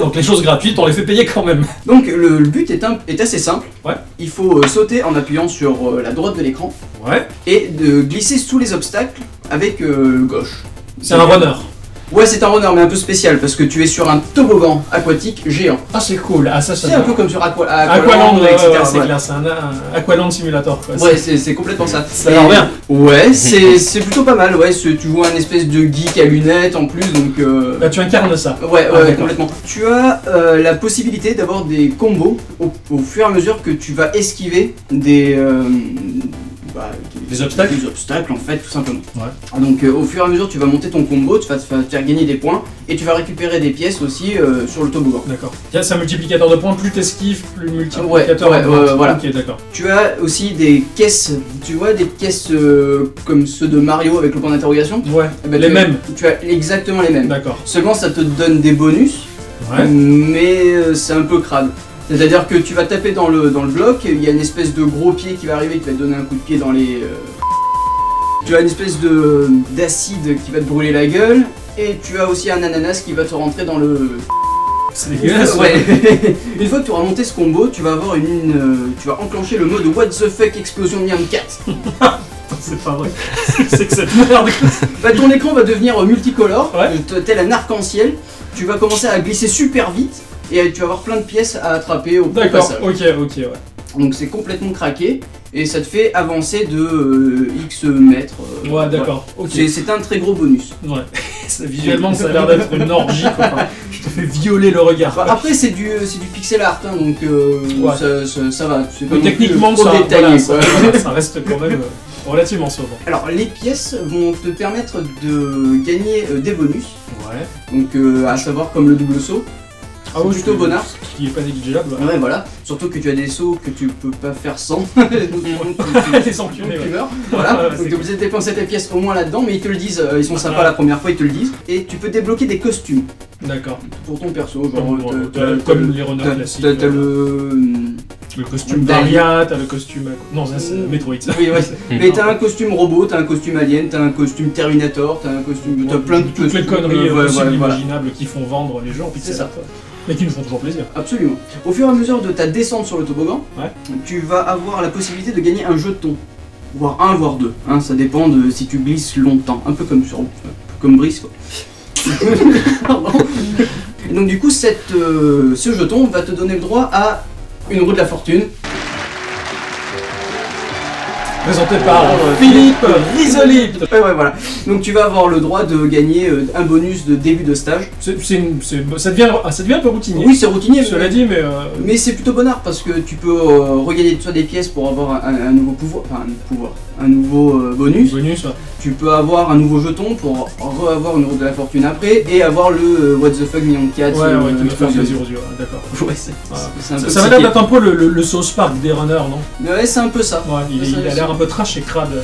Donc les choses gratuites, on les fait payer quand même. Donc le, le but est, un- est assez simple. Ouais. Il faut euh, sauter en appuyant sur euh, la droite de l'écran Ouais. et de glisser sous les obstacles avec euh, le gauche. C'est un runner. Ouais, c'est un runner, mais un peu spécial parce que tu es sur un toboggan aquatique géant. Ah, c'est cool. Ah, ça, ça. C'est un peu comme sur Aqua, Aqualand, ouais, etc. ouais, ouais, c'est ouais. clair, c'est un, un Aqualand Simulator. Quoi. Ouais, c'est c'est complètement ça. Ça a l'air Et- bien. Ouais, c'est c'est plutôt pas mal. Ouais, c'est- tu vois un espèce de geek à lunettes en plus, donc. euh, Bah, tu incarnes ça. Ouais, Ah, ouais, d'accord. complètement. Tu as euh, la possibilité d'avoir des combos au, au fur et à mesure que tu vas esquiver des. euh, bah, Des obstacles Des obstacles, en fait, tout simplement. Ouais. Donc, euh, au fur et à mesure, tu vas monter ton combo, tu vas te fa- te faire gagner des points et tu vas récupérer des pièces aussi euh, sur le toboggan. D'accord. Tiens, c'est un multiplicateur de points. Plus t'esquives, plus le multiplicateur. Ouais, ouais, de points. ouais, voilà. Ok, d'accord. Tu as aussi des caisses, tu vois, des caisses euh, comme ceux de Mario avec le point d'interrogation. Ouais, Eh ben, les tu as- mêmes. Tu as exactement les mêmes. D'accord. Seulement, ça te donne des bonus. Ouais. mais euh, c'est un peu crade. C'est-à-dire que tu vas taper dans le, dans le bloc, et il y a une espèce de gros pied qui va arriver, qui va te donner un coup de pied dans les... euh, Tu as une espèce de d'acide qui va te brûler la gueule, et tu as aussi un ananas qui va te rentrer dans le... C'est dégueulasse. Ouais. une fois que tu auras monté ce combo, tu vas avoir une... euh, tu vas enclencher le mode What the fuck explosion de 4. C'est pas vrai. c'est que cette merde. Bah, ton écran va devenir euh, multicolore, Ouais. euh, t- tel un arc-en-ciel. Tu vas commencer à glisser super vite, et euh, tu vas avoir plein de pièces à attraper au au D'accord. passage. Ok, ok, ouais. Donc c'est complètement craqué et ça te fait avancer de euh, X mètres. euh, Ouais, voilà. d'accord. Ok. C'est- C'est un très gros bonus. Ouais. Ça, Visuellement, ça a l'air d'être une orgie. Quoi. Enfin, Je te fais violer le regard. Bah, après c'est du, c'est du pixel art hein, donc euh, Ah, Ouais. ça, ça- ça va. C'est pas Mais non plus techniquement, trop ça, détaillé, voilà, ça, quoi. ça reste quand même euh, relativement sobre. Alors les pièces vont te permettre de gagner euh, des bonus. Ouais. Donc euh, à savoir comme le double saut. Ah C'est oui, plutôt c'est- bonnard. Ce qui est pas négligeable. ouais. Ouais voilà. Surtout que tu as des sauts que tu peux pas faire sans. Donc, tu- tu- Les tu enculés, ouais. meurs. Ouais, Voilà, ouais, donc Ah, c'est t'es obligé de dépenser tes pièces au moins là-dedans, mais ils te le disent, euh, ils sont sympas Ouais. la première fois, ils te le disent. Et tu peux débloquer des costumes D'accord. pour ton perso, genre Comme, euh, euh, t'as- t'as- t'as- comme t'as- les renards t'as- classiques. t'as- t'as euh, le... Le costume T'as- d'Aria, Euh, t'as le costume. à- Non, ça c'est Mm. Metroid. ça. Oui, ouais. mais t'as un costume robot, t'as un costume alien, t'as un costume Terminator, t'as un costume... T'as plein de Toutes les costumes, conneries euh, ouais, euh, possibles, ouais, voilà. imaginables qui font vendre les gens, puis C'est ça. Mais qui nous font toujours plaisir. Absolument. Au fur et à mesure de ta descente sur le toboggan, Ouais. tu vas avoir la possibilité de gagner un jeton. Voire un, voire deux. hein, ça dépend de si tu glisses longtemps. Un peu comme sur. comme Brice quoi. et donc du coup cette, euh, ce jeton va te donner le droit à une roue de la fortune. Présenté par Euh, Philippe Risoli. Ouais ouais voilà. Donc tu vas avoir le droit de gagner euh, un bonus de début de stage. C'est- c'est une- c'est- Ça devient ah, ça devient un peu routinier. Oui c'est routinier. Cela mais- dit, mais. euh, Mais c'est plutôt bonnard parce que tu peux euh, regagner soit des pièces pour avoir un, un nouveau pouvoir, enfin un nouveau pouvoir, un nouveau euh, bonus. Bonus, hein. ouais. Tu peux avoir un nouveau jeton pour avoir une route de la fortune après et avoir le euh, What the fuck million 4. Ouais, euh, ouais, qui me fait plaisir aux yeux, ouais, d'accord. Ouais, c'est Ah. c'est un Ça, peu ça va l'air psyché. d'être un peu le, le, le South Park des runners, non Ouais, c'est un peu ça. Ouais, il, Ça, il a ça- l'air un peu trash et crade. euh,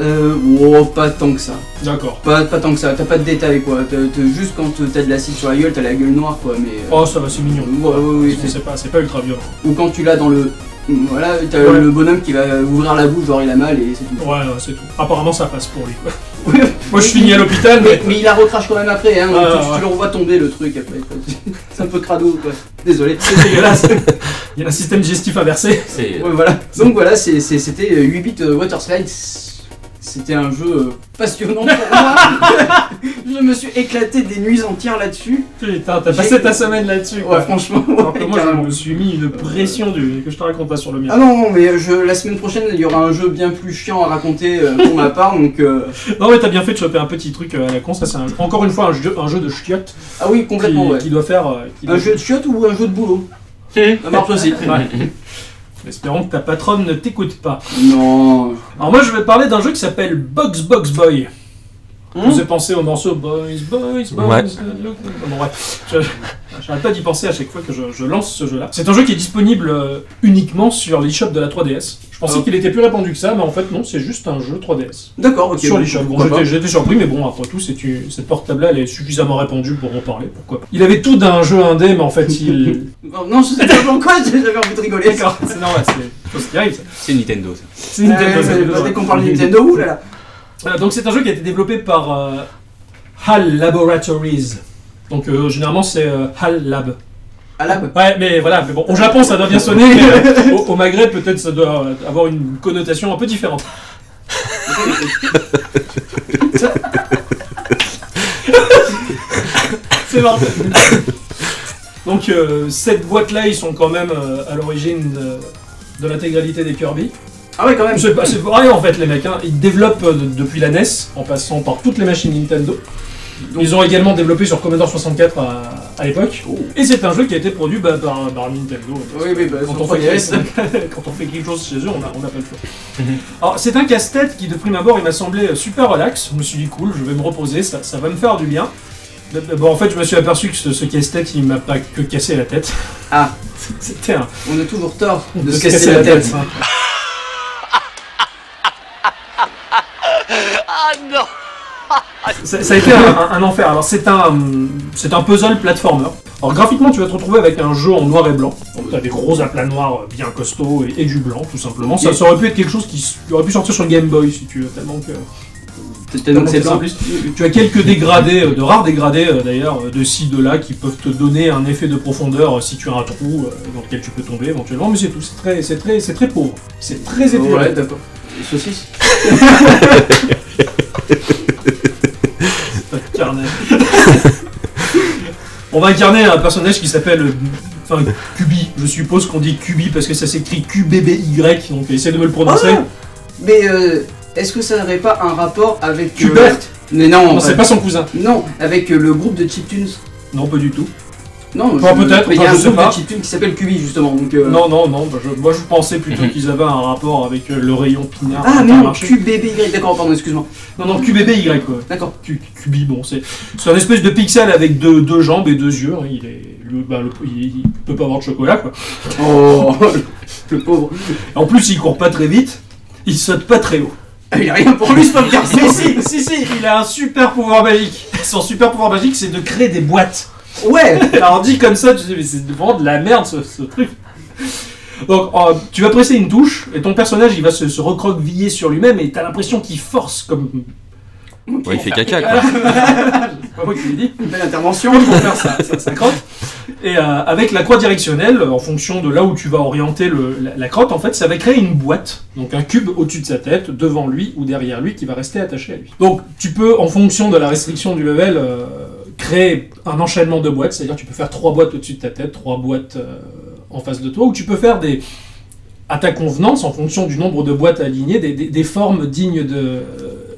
Euh, wow, pas tant que ça. D'accord. Pas, pas tant que ça. T'as pas de détails quoi. T'as- t'as- juste quand t'as de l'acide sur la gueule, t'as la gueule noire quoi. Mais euh, Oh, ça va, c'est mignon. Ouais, ouais, ouais, C'est- c'est pas, c'est pas ultra violent. ou quand tu l'as dans le, voilà, t'as Ouais. le bonhomme qui va ouvrir la bouche genre il a mal et c'est tout. Ouais, ouais, c'est tout. Apparemment, ça passe pour lui. quoi. Ouais. Moi, je finis à l'hôpital, mais. Mais, mais il la recrache quand même après, hein, donc Ah, tu, tu ouais. le revois tomber le truc après. quoi. C'est un peu crado quoi. Désolé. C'est dégueulasse. Il y a un système digestif à verser. C'est Ouais, voilà. Donc voilà, c'est- c'est- c'était euh, 8 bits euh, Water Slides. C'était un jeu euh, passionnant pour moi. Je me suis éclaté des nuits entières là-dessus. Putain, t'as J'ai- passé ta semaine là-dessus. quoi. Ouais, franchement. Alors que ouais, moi, carrément. je me suis mis une pression du... que je te raconte pas sur le mien. Ah non, non, mais je, la semaine prochaine, il y aura un jeu bien plus chiant à raconter euh, pour ma part. Donc, euh, Non, mais t'as bien fait de choper un petit truc euh, à la con. Ça, c'est un- encore une fois un jeu, un jeu de chiottes ah oui, qui, complètement, ouais. qui doit faire. euh, qui doit- Un jeu de chiottes ou un jeu de boulot Ça marche aussi. Ouais. Espérons que ta patronne ne t'écoute pas. Non. Alors moi je vais parler d'un jeu qui s'appelle Box Box Boy. Hmm Vous avez pensé au morceau Boys, Boys, Boys. Ouais. euh, look- Bon, bref, je- j'arrête pas d'y penser à chaque fois que je, je lance ce jeu-là. C'est un jeu qui est disponible euh, uniquement sur l'eShop de la 3DS. Je pensais Ah. qu'il était plus répandu que ça, mais en fait, non, c'est juste un jeu 3DS. D'accord, ok. sur bon, l'eShop. Bon, pourquoi j'étais- pas. J'étais surpris, mais bon, après tout, c'est une- cette portable-là, elle est suffisamment répandue pour en parler, pourquoi pas. Il avait tout d'un jeu indé, mais en fait, il. Non, non, je sais pas pourquoi, j'avais envie de rigoler. D'accord, c'est normal, c'est chose qui arrive, ça. C'est Nintendo, ça. C'est Ouais, Nintendo, c'est ouais, Nintendo. Euh, Dès qu'on parle Nintendo, oulala. Voilà, donc c'est un jeu qui a été développé par euh, HAL Laboratories. Donc euh, généralement c'est euh, HAL Lab. À l'ab. Ouais, mais voilà, mais bon, au Japon ça doit bien sonner, euh, au, au Maghreb peut-être ça doit euh, avoir une connotation un peu différente. C'est marrant. Donc euh, cette boîte-là, ils sont quand même euh, à l'origine de, de l'intégralité des Kirby. Ah ouais, quand même. C'est pas, c'est pas rien en fait les mecs, hein. ils développent euh, de- depuis la NES en passant par toutes les machines Nintendo. Ils ont également développé sur Commodore 64 à, à l'époque. Oh. Et c'est un jeu qui a été produit bah, par, par Nintendo. Oui, oui, bah, Quand sur on, fait 3DS. quelque, quand on fait quelque chose chez eux, on n'a on n'a pas le choix. Mhm. Alors c'est un casse-tête qui de prime abord il m'a semblé euh, super relax. Je me suis dit cool, je vais me reposer, ça, ça va me faire du bien. Mais- mais Bon en fait je me suis aperçu que ce, ce casse-tête il m'a pas que cassé la tête. Ah. C'était un... On a toujours tort de de se casser la tête. Ça, ça a été un, un- un enfer. Alors c'est un, c'est un puzzle platformer. Alors graphiquement, tu vas te retrouver avec un jeu en noir et blanc. Donc t'as des gros aplats noirs euh, bien costauds et, et du blanc tout simplement. Ça, ça aurait pu être quelque chose qui s- qui aurait pu sortir sur le Game Boy si tu veux, tellement que Tellement que c'est Tellement simple. tu as quelques dégradés, euh, de rares dégradés euh, d'ailleurs, euh, de ci, de là, qui peuvent te donner un effet de profondeur euh, si tu as un trou euh, dans lequel tu peux tomber éventuellement, mais c'est tout, c'est très, c'est très, c'est très pauvre, c'est très épuré. Ouais, d'accord. Saucisse. Carnet. On va incarner un personnage qui s'appelle. euh, Enfin, Cubi. Je suppose qu'on dit Cubi parce que ça s'écrit QBBY, donc essaye de me le prononcer. Ah Mais euh, est-ce que ça n'aurait pas un rapport avec. euh, Kubert Mais non, non, en c'est fait. pas son cousin. Non, avec euh, le groupe de Chiptunes. Non, pas du tout. Non, Enfin, peut-être, mais Il y enfin, a un je sais groupe pas. de Chiptunes qui s'appelle Cubi, justement. Donc, euh, Non, non, non. bah, je- moi, je pensais plutôt qu'ils avaient un rapport avec euh, le rayon pinard. Ah, mais non, Intermarché. QBBY. D'accord, pardon, excuse-moi. Non, non, QBBY, quoi. D'accord. Cu- Cubi, bon, c'est c'est un espèce de pixel avec deux, deux jambes et deux yeux. hein, Il est, lui, bah, le- il, il peut pas avoir de chocolat, quoi. Oh, le pauvre. En plus, il court pas très vite, il saute pas très haut. Ah, Il a rien pour lui, ce pauvre garçon. Mais si, si, si, il a un super pouvoir magique. Son super pouvoir magique, c'est de créer des boîtes. Ouais. Alors dit comme ça, tu sais, mais c'est vraiment de la merde ce, ce truc. Donc euh, tu vas presser une touche et ton personnage il va se, se recroqueviller sur lui-même et t'as l'impression qu'il force comme. Ouais, il fait caca, quoi. C'est pas moi qui l'ai dit. Une belle intervention. pour faire ça, ça, ça crotte. Et euh, avec la croix directionnelle, en fonction de là où tu vas orienter le- la, la crotte, en fait, ça va créer une boîte, donc un cube au-dessus de sa tête, devant lui ou derrière lui, qui va rester attaché à lui. Donc tu peux, en fonction de la restriction du level, euh, créer un enchaînement de boîtes, c'est-à-dire tu peux faire trois boîtes au-dessus de ta tête, trois boîtes euh, en face de toi, ou tu peux faire des à ta convenance, en fonction du nombre de boîtes alignées, des, des- des formes dignes de,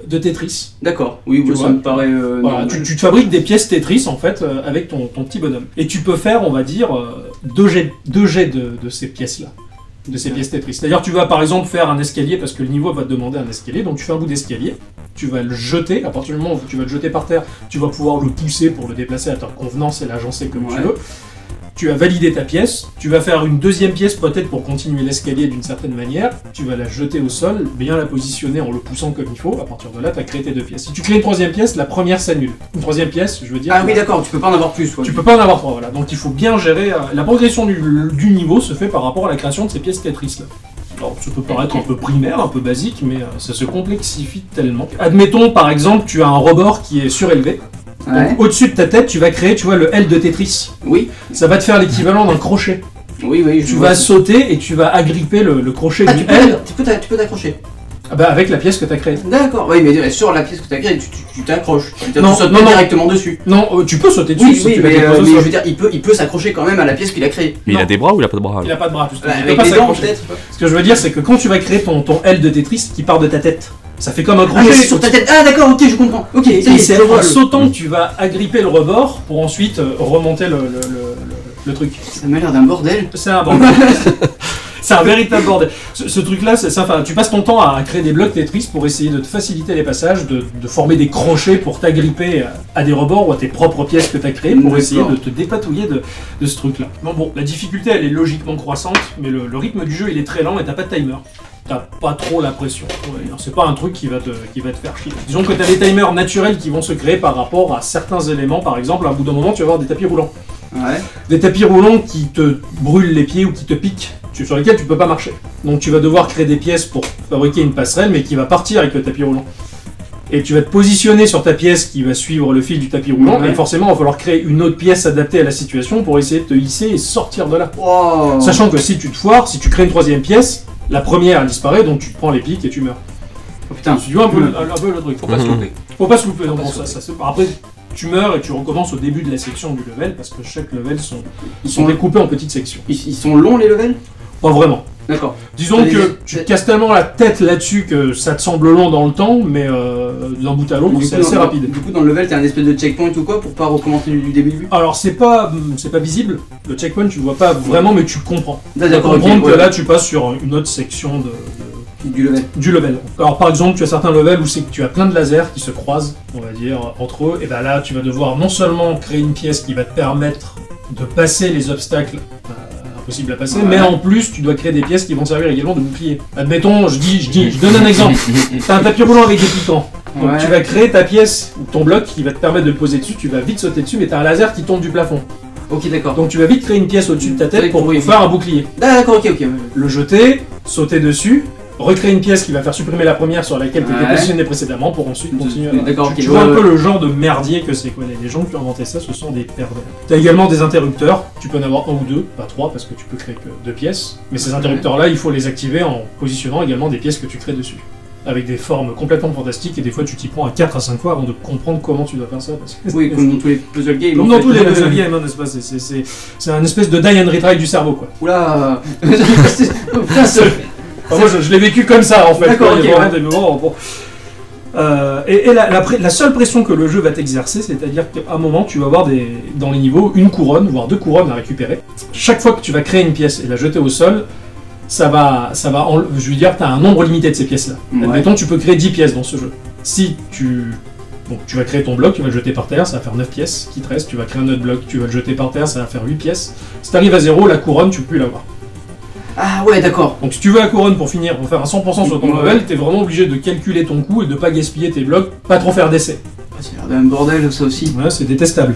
de Tetris. D'accord. Oui, Tu oui, ça vois. me paraît. euh, Voilà, normal. tu, tu te fabriques des pièces Tetris en fait euh, avec ton, ton petit bonhomme. Et tu peux faire, on va dire, euh, deux jets, deux jets de, de ces pièces-là. De ces pièces Tetris. D'ailleurs, tu vas par exemple faire un escalier parce que le niveau va te demander un escalier. Donc tu fais un bout d'escalier, tu vas le jeter. À partir du moment où tu vas le jeter par terre, tu vas pouvoir le pousser pour le déplacer à ta convenance et l'agencer comme Ouais. tu veux. Tu as validé ta pièce, tu vas faire une deuxième pièce peut-être pour continuer l'escalier d'une certaine manière, tu vas la jeter au sol, bien la positionner en le poussant comme il faut, à partir de là, tu as créé tes deux pièces. Si tu crées une troisième pièce, la première s'annule. Une troisième pièce, je veux dire, Ah oui, d'accord. Tu peux pas en avoir plus. ouais. tu peux pas en avoir trois, voilà. Donc il faut bien gérer. euh, la progression du, du niveau se fait par rapport à la création de ces pièces Tetris là. Alors, ça peut paraître un peu primaire, un peu basique, mais euh, ça se complexifie tellement. Admettons par exemple, tu as un rebord qui est surélevé. Donc, Ah Ouais. Au-dessus de ta tête, tu vas créer, tu vois, le L de Tetris. Oui. Ça va te faire l'équivalent d'un crochet. Oui, oui. je Tu vois. vas sauter et tu vas agripper le, le crochet Ah, du tu peux L t'a- tu peux t'a- tu peux t'accrocher. ah bah, avec la pièce que tu as créée. D'accord. Oui, mais euh, sur la pièce que t'as créée, tu- tu tu t'accroches. Tu Non, sautes non, pas non. directement dessus. Non, euh, tu peux sauter dessus Oui, si oui, tu veux mais, déposer euh, au mais je sol. veux dire, il peut, il peut s'accrocher quand même à la pièce qu'il a créée. Mais il Non. a des bras ou il a pas de bras Il a pas de bras, justement. Bah, Il peut avec pas les dents, s'accrocher. peut-être. Ce que je veux dire, c'est que quand tu vas créer ton, ton L de Tetris qui part de ta tête, ça fait comme un Ah, crochet. mais c'est sur ta tête. Ah, d'accord, ok, je comprends. Ok, ça y Et est, et je c'est en vois le- sautant que tu vas agripper le rebord pour ensuite euh, remonter le, le- le- le- le truc. Ça m'a l'air d'un bordel. C'est un bordel. C'est un véritable bordel. Ce, ce truc-là, c'est ça. Enfin, tu passes ton temps à créer des blocs Tetris pour essayer de te faciliter les passages, de, de former des crochets pour t'agripper à des rebords ou à tes propres pièces que tu as créées pour D'accord. essayer de te dépatouiller de, de ce truc-là. Bon, bon, la difficulté, elle est logiquement croissante, mais le, le rythme du jeu, il est très lent et t'as pas de timer. T'as pas trop la pression. Ouais, alors c'est pas un truc qui va, te, qui va te faire chier. Disons que t'as des timers naturels qui vont se créer par rapport à certains éléments. Par exemple, à un bout d'un moment, tu vas avoir des tapis roulants Ouais. des tapis roulants qui te brûlent les pieds ou qui te piquent, tu- sur lesquels tu peux pas marcher. Donc tu vas devoir créer des pièces pour fabriquer une passerelle, mais qui va partir avec le tapis roulant. Et tu vas te positionner sur ta pièce qui va suivre le fil du tapis roulant, Ouais. et forcément, il va falloir créer une autre pièce adaptée à la situation pour essayer de te hisser et sortir de là. Wow. Sachant que si tu te foires, si tu crées une troisième pièce, la première elle disparaît, donc tu te prends les pics et tu meurs. Oh, putain. Tu vois un peu, le- un peu le truc. Faut pas se Mhm. louper. Faut pas se louper, non, pas bon, se ça, ça, c'est- Après, tu meurs et tu recommences au début de la section du level, parce que chaque level sont, Ils sont sont, découpés en petites sections. ils, ils sont longs les levels Pas vraiment. D'accord. Disons Allez, que tu je- te casses tellement la tête là-dessus que ça te semble long dans le temps, mais euh, d'un bout à Du l'autre, coup, c'est dans- assez rapide. Du coup, dans le level, t'as un espèce de checkpoint ou quoi pour pas recommencer du, du début Alors c'est pas hum, c'est pas visible, le checkpoint tu le vois pas vraiment mais tu comprends. Là, Tu Ah, d'accord, ok, comprends que ouais. là tu passes sur une autre section de, de- Du level. du level. Alors par exemple tu as certains levels où c'est que tu as plein de lasers qui se croisent, on va dire, entre eux, et ben là tu vas devoir non seulement créer une pièce qui va te permettre de passer les obstacles euh, impossibles à passer, Ouais. mais en plus tu dois créer des pièces qui vont servir également de bouclier. Admettons, je dis, je dis, je donne un exemple. T'as un tapis roulant avec des piquants. Donc Ouais. tu vas créer ta pièce ou ton bloc qui va te permettre de le poser dessus, tu vas vite sauter dessus, mais t'as un laser qui tombe du plafond. Ok, d'accord. Donc tu vas vite créer une pièce au-dessus de ta tête Oui, pour oui. faire un bouclier. Ah, d'accord, ok, ok. ouais, ouais. Le jeter, sauter dessus, recréer une pièce qui va faire supprimer la première sur laquelle t'étais Ouais. positionné précédemment pour ensuite continuer. à- D'accord, Tu- ok, Euh, Tu ouais, vois un ouais. peu le genre de merdier que c'est quoi. Les- Les gens qui ont inventé ça, ce sont des pervers. T'as également des interrupteurs, tu peux en avoir un ou deux, pas trois parce que tu peux créer que deux pièces. Mais ces interrupteurs-là, il faut les activer en positionnant également des pièces que tu crées dessus. Avec des formes complètement fantastiques et des fois tu t'y prends à 4 à 5 fois avant de comprendre comment tu dois faire ça. Parce que Oui, comme dans tous les puzzle games. Comme en dans fait. tous les puzzle games, hein, n'est-ce pas C'est- c'est- C'est c'est un espèce de die and retry du cerveau quoi. Oula C'est- Putain, c'est- Enfin, moi, je, je l'ai vécu comme ça, en fait. D'accord, quoi. Il y a ok, vraiment des moments, bon. Euh, et et la, la pré- la seule pression que le jeu va t'exercer, c'est-à-dire qu'à un moment, tu vas avoir des, dans les niveaux une couronne, voire deux couronnes à récupérer. Chaque fois que tu vas créer une pièce et la jeter au sol, ça va, ça va enle- je veux dire, tu as un nombre limité de ces pièces-là. Ouais. Admettons, tu peux créer 10 pièces dans ce jeu. Si tu donc tu vas créer ton bloc, tu vas le jeter par terre, ça va faire 9 pièces qui te restent, tu vas créer un autre bloc, tu vas le jeter par terre, ça va faire 8 pièces. Si t'arrives à zéro, la couronne, tu peux plus l'avoir. Ah ouais, d'accord. Donc si tu veux la couronne pour finir, pour faire un 100% sur ton Mm-hmm. Ouais. level, t'es vraiment obligé de calculer ton coût et de pas gaspiller tes blocs, pas trop faire d'essais. Ah, C'est l'air d'un bordel, ça aussi. Ouais, c'est détestable.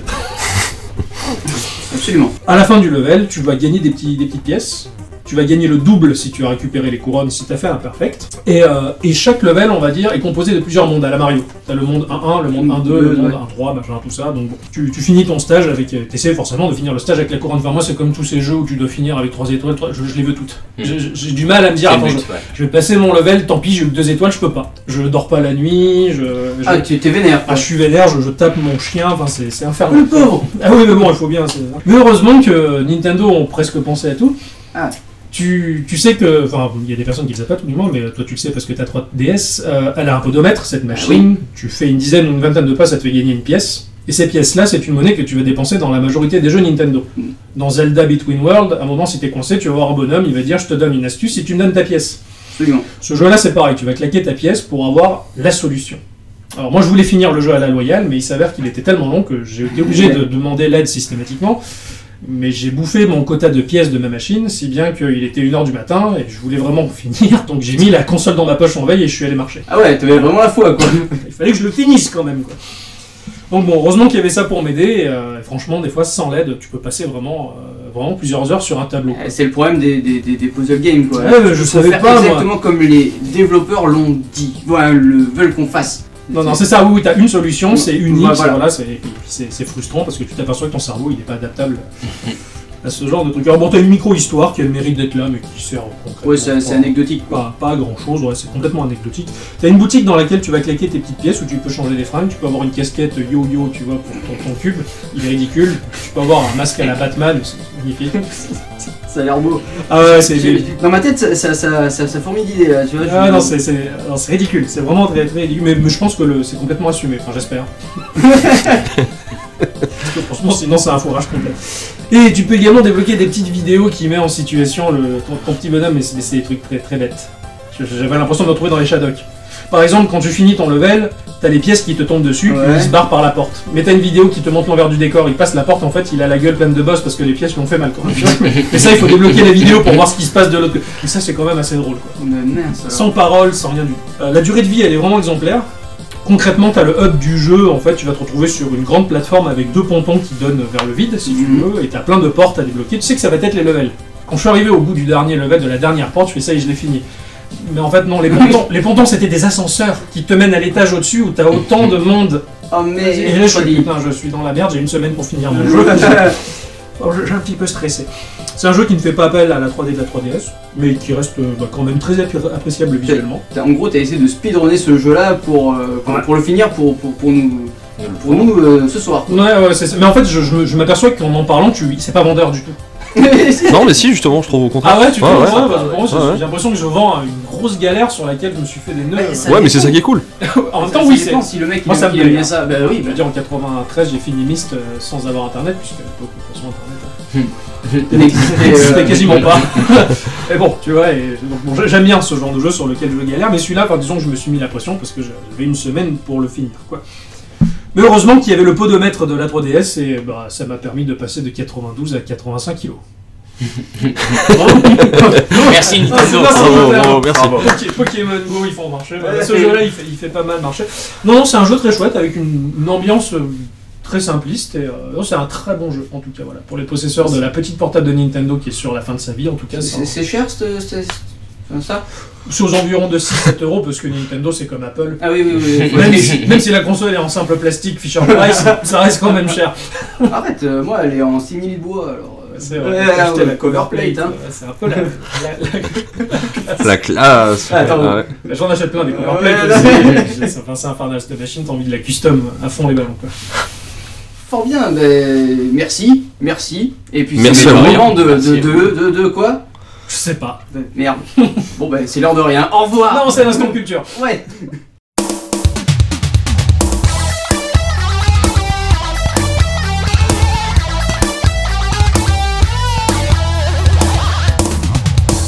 Absolument. À la fin du level, tu vas gagner des, petits, des petites pièces. Tu vas gagner le double si tu as récupéré les couronnes, si t'as fait un perfect. Et, euh, et chaque level, on va dire, est composé de plusieurs mondes à la Mario. T'as le monde 1-1, le monde 1-2, le Mm-hmm. Ouais. monde 1-3, machin, tout ça. Donc bon, tu, tu finis ton stage avec. euh, T'essaies forcément de finir le stage avec la couronne. Enfin, moi, c'est comme tous ces jeux où tu dois finir avec 3 étoiles. trois- je, je les veux toutes. Mm. J'ai- J'ai j'ai du mal à me dire, C'est le attends, je- but, ouais. Je vais passer mon level, tant pis, j'ai eu que deux étoiles, je peux pas. Je dors pas la nuit, je, je, Ah, tu t'es vénère. quoi. Ah, je suis vénère, je, je tape mon chien, enfin c'est c'est infernal. Le pauvre Ah oui, mais bon, il faut bien. c'est- Mais heureusement que Nintendo ont presque pensé à tout. Ah. Tu, tu sais que, enfin, il y a des personnes qui le savent pas tout du moins, mais toi tu le sais parce que ta 3DS, euh, elle a un podomètre, cette Ah machine. Tu fais une dizaine ou une vingtaine de pas, ça te fait gagner une pièce. Et ces pièces-là, c'est une monnaie que tu vas dépenser dans la majorité des jeux Nintendo. Mm. Dans Zelda Between World, à un moment, si t'es coincé, tu vas voir un bonhomme, il va dire Je te donne une astuce si tu me donnes ta pièce. Absolument. Ce jeu-là, c'est pareil, tu vas claquer ta pièce pour avoir la solution. Alors moi, je voulais finir le jeu à la loyale, mais il s'avère qu'il était tellement long que j'ai été obligé de demander l'aide systématiquement. Mais j'ai bouffé mon quota de pièces de ma machine, si bien qu'il était 1h du matin et je voulais vraiment finir. Donc j'ai mis la console dans ma poche en veille et je suis allé marcher. Ah ouais, t'avais vraiment la foi, quoi. Il fallait que je le finisse quand même. Quoi. Donc bon, heureusement qu'il y avait ça pour m'aider. et, euh, franchement, des fois, sans l'aide, tu peux passer vraiment, euh, vraiment plusieurs heures sur un tableau. Eh, C'est le problème des, des, des, des puzzle games, quoi. Ouais, mais je Faut savais faire pas, moi. exactement comme les développeurs l'ont dit. Voilà, le veulent qu'on fasse. Non, non, c'est ça, oui, oui, t'as une solution, c'est unique, Ouais, voilà. c'est- voilà, c'est- et puis c'est c'est frustrant parce que tu t'aperçois que ton cerveau, il n'est pas adaptable à ce genre de truc. Alors bon, t'as une micro-histoire qui a le mérite d'être là, mais qui sert concrètement Ouais, c'est c'est pas- anecdotique. pas, pas à grand chose, ouais, c'est complètement anecdotique. T'as une boutique dans laquelle tu vas claquer tes petites pièces où tu peux changer les fringues, tu peux avoir une casquette yo-yo, tu vois, pour ton, ton cube, il est ridicule, tu peux avoir un masque à la Batman, c'est magnifique. Ça a l'air beau. Ah ouais, c'est... Dans ma tête, ça, ça, ça, ça, ça fourmille d'idées, là, tu vois. je Ah me- non, c'est- c'est alors, c'est ridicule, c'est vraiment très, très ridicule, mais, mais je pense que le- c'est complètement assumé, enfin j'espère. Parce que franchement, sinon c'est un fourrage complet. Et tu peux également débloquer des petites vidéos qui met en situation le, ton, ton petit bonhomme, mais c'est mais c'est des trucs très très bêtes. Je- je- J'avais l'impression de le trouver dans les Shadocks. Par exemple, quand tu finis ton level, t'as les pièces qui te tombent dessus, puis Ouais. ils se barrent par la porte. Mais t'as une vidéo qui te montre l'envers du décor, il passe la porte, en fait, il a la gueule pleine de boss parce que les pièces lui ont fait mal. Quoi. Et ça, il faut débloquer la vidéo pour voir ce qui se passe de l'autre côté. Et ça, c'est quand même assez drôle. Quoi. oh, Mais mince alors. Sans parole, sans rien du tout. Euh, la durée de vie, elle est vraiment exemplaire. Concrètement, t'as le hub du jeu, en fait, tu vas te retrouver sur une grande plateforme avec deux pontons qui donnent vers le vide, si tu Mhm. veux, et t'as plein de portes à débloquer. Tu sais que ça va être les levels. Quand je suis arrivé au bout du dernier level, de la dernière porte, je fais ça et je l'ai fini. Mais en fait, non, les pontons, les pontons c'était des ascenseurs qui te mènent à l'étage au-dessus où t'as autant de monde. Oh Et mais là, je suis, putain, je suis dans la merde, j'ai une semaine pour finir mon jeu. Alors, je- j'ai un petit peu stressé. C'est un jeu qui ne fait pas appel à la 3D de la 3DS, mais qui reste euh, bah, quand même très appré- appréciable visuellement. T'as- En gros, t'as essayé de speedrunner ce jeu-là pour, euh, pour, Ouais. pour le finir pour, pour, pour nous, Nous le pour nous euh, ce soir. Ouais, ouais, c'est ça. mais en fait, je, je- je m'aperçois qu'en en parlant, tu, c'est pas vendeur du tout. Non, mais si, justement, je trouve au contraire. Ah ouais, tu Ouais, trouves ouais. ça Parce que pour moi, Ouais, ouais. J'ai l'impression que je vends une grosse galère sur laquelle je me suis fait des nœuds. Ouais, Ah, ça- Ouais, mais c'est ça qui est cool. en même Ça temps, oui, c'est. dépend si le mec il Moi, ça aime- me il aime plaît, bien hein. ça. Bah oui, Je veux bah, dire, en 93, j'ai fini Myst euh, sans avoir internet, puisque à l'époque, de toute façon, internet. il n'existait, euh, C'était quasiment pas. mais bon, tu vois, et donc, bon, j'aime bien ce genre de jeu sur lequel je galère, mais celui-là, enfin, disons que je me suis mis la pression parce que j'avais une semaine pour le finir, quoi. Mais heureusement qu'il y avait le podomètre de la 3DS et bah, ça m'a permis de passer de 92 à 85 kilos. Bravo. Merci Ah, c'est Nintendo. pas ça, Bravo, mon frère. bravo, Oh, merci. Ok, Pokémon Go, ils font marcher. Voilà, ce jeu-là, il fait, il fait pas mal marcher. Non, non, c'est un jeu très chouette avec une, une ambiance euh, très simpliste. Et, euh, non, c'est un très bon jeu, en tout cas. Voilà. Pour les possesseurs de la petite portable de Nintendo qui est sur la fin de sa vie, en tout cas, c'est C'est c'est cher ce- ce- ce- enfin, ça c'est aux environs de 6-7 euros parce que Nintendo, c'est comme Apple. Ah oui, oui, oui. Même si, même si la console est en simple plastique Fisher Price, ça reste quand même cher. oui. Arrête, euh, moi elle est en simili de bois alors. euh, C'est ouais, vrai, ouais, acheter ouais, la cover plate, hein. euh, c'est un peu la. la- la- La classe. Attends. Ah ouais. J'en achète plein des cover Ouais, plates. là. aussi. C'est enfin, c'est infernal cette machine, t'as envie de la custom à fond les ballons. quoi. Fort bien, ben, merci, merci. Et puis Merci c'est à vous. vraiment de, de, Merci. de, de, de quoi Je sais pas. De- Merde. bon ben c'est l'heure de rien. Au revoir Non, c'est l'instant culture. Ouais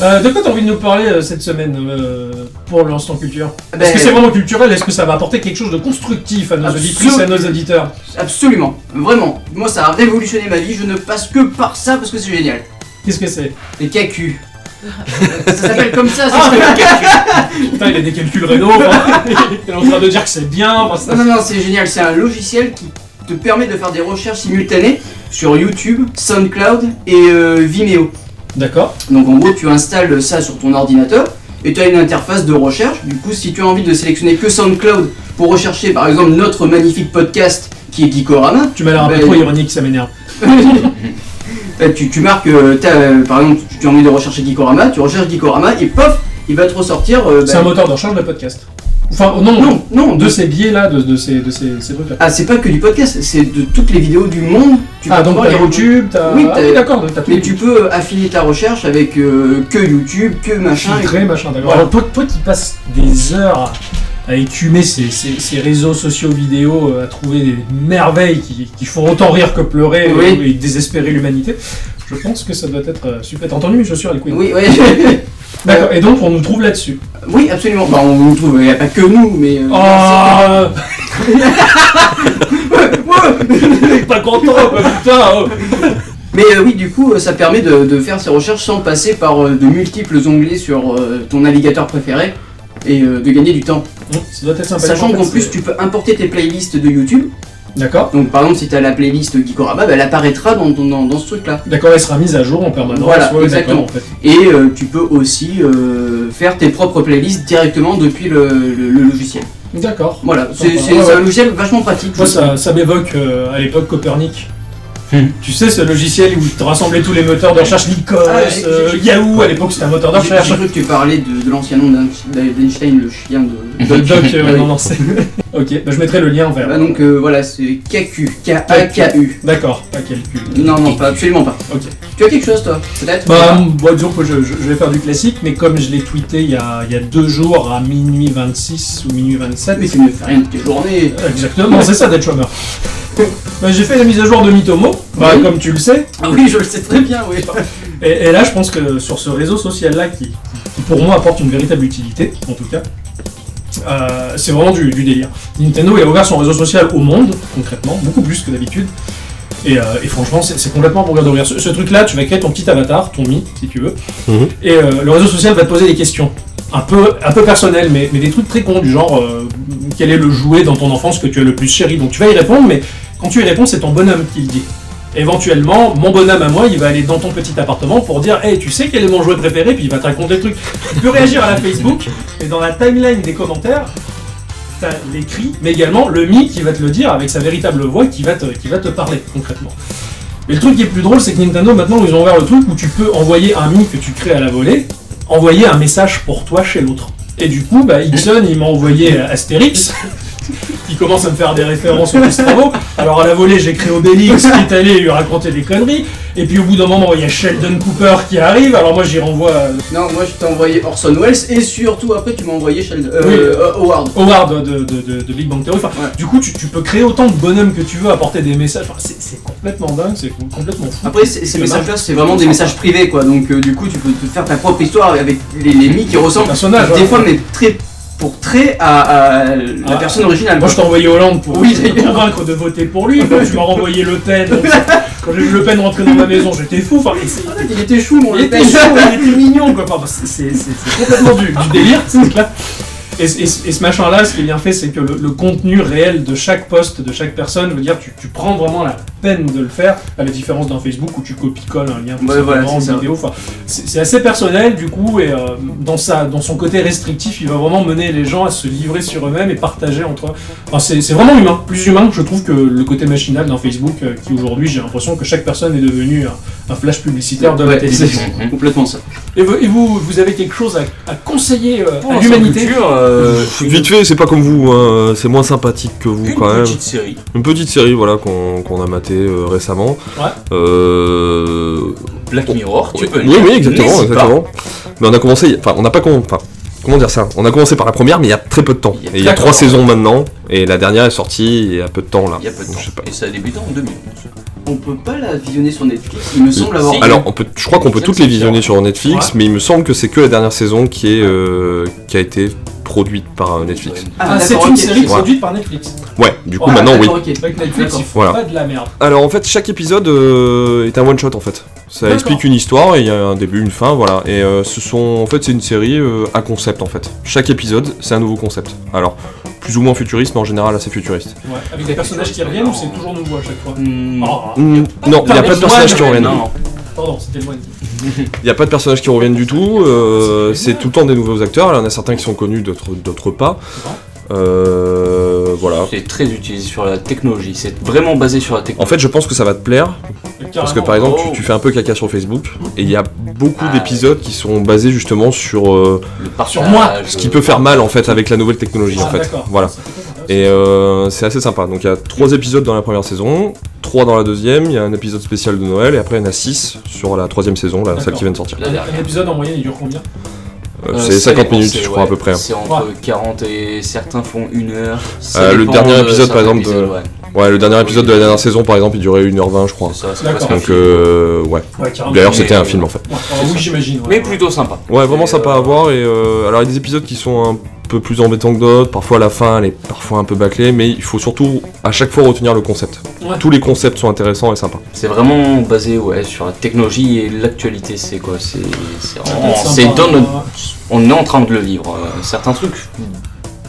Euh, de quoi t'as envie de nous parler euh, cette semaine euh, pour l'instant culture Est-ce Ben, que c'est vraiment culturel Est-ce que ça va apporter quelque chose de constructif à nos Absolu- auditrices et à nos auditeurs Absolument, vraiment. Moi ça a révolutionné ma vie, je ne passe que par ça parce que c'est génial. Qu'est-ce que c'est Les cacus. ça s'appelle comme ça, ça s'appelle Putain, il a des calculs rénaux. enfin, il est en train de dire que c'est bien. enfin, ça- Non, non, non, c'est génial. C'est un logiciel qui te permet de faire des recherches simultanées sur YouTube, SoundCloud et euh, Vimeo. D'accord. Donc en gros, tu installes ça sur ton ordinateur et tu as une interface de recherche. Du coup, si tu as envie de sélectionner que SoundCloud pour rechercher par exemple notre magnifique podcast qui est Geekorama, Tu m'as l'air un peu Ben, trop ironique, ça m'énerve. bah, tu, tu marques, euh, t'as, euh, par exemple, tu, tu as envie de rechercher Geekorama, tu recherches Geekorama et pof, il va te ressortir. euh, C'est bah, un moteur de recherche de podcast. Enfin, oh, non, Non, non, De ces biais-là, de, de ces, de ces, ces trucs-là. Ah, c'est pas que du podcast, c'est de toutes les vidéos du monde. Tu Ah, vas donc pouvoir t'as les- YouTube, t'as. Oui, ah, t'as- d'accord, donc t'as tout. Mais tu peux euh, affiner ta recherche avec euh, que YouTube, que machin. Filtré, machin, d'accord. Voilà. Alors, toi, toi qui passes des heures à écumer ces, ces- ces réseaux sociaux vidéo, euh, à trouver des merveilles qui, qui font autant rire que pleurer Oui. et, et désespérer l'humanité, je pense que ça doit être euh, super. T'as entendu, je suis à l'écoute. Oui, ouais. D'accord, et donc on nous trouve là-dessus. oui, absolument. Bah, on nous trouve, il n'y a pas que nous, mais. euh, Oh, Ouais. pas content, bah, putain oh. mais euh, oui, du coup, euh, ça permet de, de faire ses recherches sans passer par euh, de multiples onglets sur euh, ton navigateur préféré et euh, de gagner du temps. Bon, Ça doit être sympa. Sachant fait, qu'en c'est- plus, tu peux importer tes playlists de YouTube. D'accord. Donc, par exemple, si tu as la playlist Geekorama, bah, elle apparaîtra dans, ton- dans, dans ce truc-là. D'accord, elle sera mise à jour en permanence. Voilà, ouais, exactement. d'accord, En fait. Et euh, tu peux aussi euh, faire tes propres playlists directement depuis le- le- le logiciel. D'accord. Voilà, c'est Sympa. c'est- Ouais, c'est un ouais. logiciel vachement pratique. Moi, ça, ça m'évoque euh, à l'époque Copernic. Tu sais, ce logiciel où tu rassemblais tous les moteurs de recherche, Lycos, Ah, j'ai- euh, j'ai- Yahoo, à l'époque c'était un moteur de J'ai j'ai recherche. cru que tu parlais de, de l'ancien nom d'Ein- d'Einstein, le chien de. Doc, doc, euh, Oui. non, non, c'est- ok, bah, je mettrai le lien en Bah vers. donc euh, voilà, c'est KQ, K-A-K-U. D'accord, pas Bah, calcul. Non, non, pas, absolument pas. Ok. Tu as quelque chose toi, peut-être Bah, bon, disons que je, je- je vais faire du classique, mais comme je l'ai tweeté il y, a, il y a deux jours à minuit 26 ou minuit 27, Ah, Mais tu ne fais rien de tes journées. Exactement, c'est ça d'être chômeur. Bah, j'ai fait la mise à jour de Mitomo, Bah, Oui. comme tu le sais. Ah oui, je le sais très bien, oui. Et, et là, je pense que sur ce réseau social-là, qui, qui pour moi apporte une véritable utilité, en tout cas, euh, c'est vraiment du, du délire. Nintendo il a ouvert son réseau social au monde, concrètement, beaucoup plus que d'habitude. Et, euh, et franchement, c'est c'est complètement pour regarder Ce, ce truc-là, tu vas créer ton petit avatar, ton mi, si tu veux, Mhm. et euh, le réseau social va te poser des questions. Un peu, un peu personnelles, mais, mais des trucs très cons, du genre euh, quel est le jouet dans ton enfance que tu as le plus chéri. Donc tu vas y répondre, mais quand tu y réponds, c'est ton bonhomme qui le dit. Éventuellement, mon bonhomme à moi, il va aller dans ton petit appartement pour dire Hey, tu sais quel est mon jouet préféré Puis il va te raconter le truc. Tu peux réagir à la Facebook, et dans la timeline des commentaires, t'as les cris, mais également le mi qui va te le dire avec sa véritable voix qui va te, qui va te parler concrètement. Mais le truc qui est plus drôle, c'est que Nintendo, maintenant, ils ont ouvert le truc où tu peux envoyer un mi que tu crées à la volée, envoyer un message pour toi chez l'autre. Et du coup, bah, Ixon, il m'a envoyé euh, Astérix, qui commence à me faire des références aux travaux. Alors à la volée, j'ai créé Obélix, qui est allé lui raconter des conneries. Et puis au bout d'un moment, il y a Sheldon Cooper qui arrive. Alors moi, j'y renvoie euh, Non, moi je t'ai envoyé Orson Welles et surtout après tu m'as envoyé Sheldon. euh, Oui. euh, Howard. Howard de, de- de- de Big Bang Theory. Enfin, Ouais. Du coup, tu, tu peux créer autant de bonhommes que tu veux, apporter des messages. Enfin, c'est c'est complètement dingue, c'est complètement fou. Après, c- ces Le messages-là, c'est vraiment des messages privés quoi. Donc euh, du coup, tu peux te faire ta propre histoire avec les, les mi qui ressemblent personnage. des ouais. fois, mais très pour très à, à la Ah. personne originale. Moi, je t'ai envoyé Hollande pour Oui, pour d'ailleurs. convaincre de voter pour lui. Quand tu m'as renvoyé Le Pen, donc, quand j'ai vu Le Pen rentrer dans ma maison, j'étais fou. Enfin, c'est- Il était chou, mon Il était chaud, il était mignon quoi. Enfin, c'est- c'est c'est- c'est complètement du, du délire, c'est clair. Et, ce- et ce et ce machin-là, ce qui est bien fait, c'est que le, le contenu réel de chaque poste, de chaque personne, je veux dire, tu, tu prends vraiment la peine de le faire, à la différence d'un Facebook où tu copies-colles un lien, tout Ouais, simplement, voilà, c'est une ça. vidéo. Enfin, c'est c'est assez personnel du coup, et euh, dans, sa, dans son côté restrictif, il va vraiment mener les gens à se livrer sur eux-mêmes et partager entre eux. Enfin, c'est c'est vraiment humain, plus humain, je trouve, que le côté machinal d'un Facebook, euh, qui aujourd'hui, j'ai l'impression que chaque personne est devenue un, un flash publicitaire de la Ouais, télé. c'est- Complètement ça. Et vous, et vous, vous avez quelque chose à, à conseiller euh, à Pour l'humanité Euh, vite fait, c'est pas comme vous, hein, c'est moins sympathique que vous une quand même. petite série. Une petite série voilà qu'on qu'on a maté récemment. Ouais. Euh, Black Mirror, tu oui, peux le oui, dire. oui, exactement, N'hésite pas. exactement. Mais on a commencé, enfin, on n'a pas com- enfin, comment dire ça On a commencé par la première, mais il y a très peu de temps. Il y a Et il y a très trois peu de saisons maintenant, et la dernière est sortie il y a peu de temps là. Il y a peu de Donc, je sais temps. pas. Et ça a débuté en 2011. On peut pas la visionner sur Netflix, il me semble avoir. Si. Alors, on peut, je crois qu'on peut toutes les visionner sur Netflix, Ouais. mais il me semble que c'est que la dernière saison qui est euh, qui a été produite par euh, Netflix. Ah, C'est d'accord, une ok. série Ouais. produite par Netflix. Ouais, du coup Ouais, maintenant oui. D'accord, ok. Avec Netflix, D'accord. ils font Voilà. pas de la merde. Alors en fait, chaque épisode euh, est un one shot en fait. Ça D'accord. explique une histoire et il y a un début, une fin, voilà. Et euh, ce sont en fait c'est une série euh, à concept en fait. Chaque épisode c'est un nouveau concept. Alors plus ou moins futuriste, mais en général assez futuriste. Ouais. Avec des personnages qui reviennent ou c'est toujours nouveau à chaque fois Mmh. Hmm. Oh, Mm, non, il n'y a pas de personnages qui Ouais, reviennent. Non, Pardon, c'était le moine. Il n'y a pas de personnages qui reviennent du tout. euh, c'est tout le temps des nouveaux acteurs. Il y en a certains qui sont connus, d'autres d'autres pas. Euh, voilà. c'est très utilisé sur la technologie. C'est vraiment basé sur la En technologie. fait, je pense que ça va te plaire Euh, Parce que par oh, exemple, tu, tu fais un peu caca sur Facebook, et il y a beaucoup Ah, d'épisodes qui sont basés justement sur euh, le partage, sur moi, ce qui peut faire mal en fait avec la nouvelle technologie en ah, fait. d'accord. Voilà. Ça fait pas mal. Et euh, c'est assez sympa. Donc il y a trois épisodes dans la première saison, trois dans la deuxième, il y a un épisode spécial de Noël, et après il y en a six sur la troisième saison, là, celle D'accord. qui vient de sortir. La dernière. Un épisode en moyenne, il dure combien Euh, Euh, c'est ça 50 dépend, minutes, c'est- je crois, à ouais, peu près. hein. C'est entre 40 et certains font une heure. Ça Euh, le dépend dernier de épisode, par certains exemple, euh, de- épisodes, ouais. Ouais, le dernier épisode de la dernière saison, par exemple, il durait 1h20, je crois. C'est ça, c'est D'accord. presque un Donc film. euh, ouais. Ouais, carrément. D'ailleurs, mais- c'était un film en fait. Ouais, alors oui, j'imagine. ouais. Mais plutôt sympa. Ouais, vraiment Et, sympa à euh, voir. Et euh, alors, il y a des épisodes qui sont un peu plus embêtants que d'autres. Parfois, la fin, elle est parfois un peu bâclée. Mais il faut surtout à chaque fois retenir le concept. Ouais. Tous les concepts sont intéressants et sympas. C'est vraiment basé ouais, sur la technologie et l'actualité. C'est quoi C'est c'est Ça peut Oh, vraiment- être sympa, c'est dans notre- hein. On est en train de le vivre. euh, certains trucs.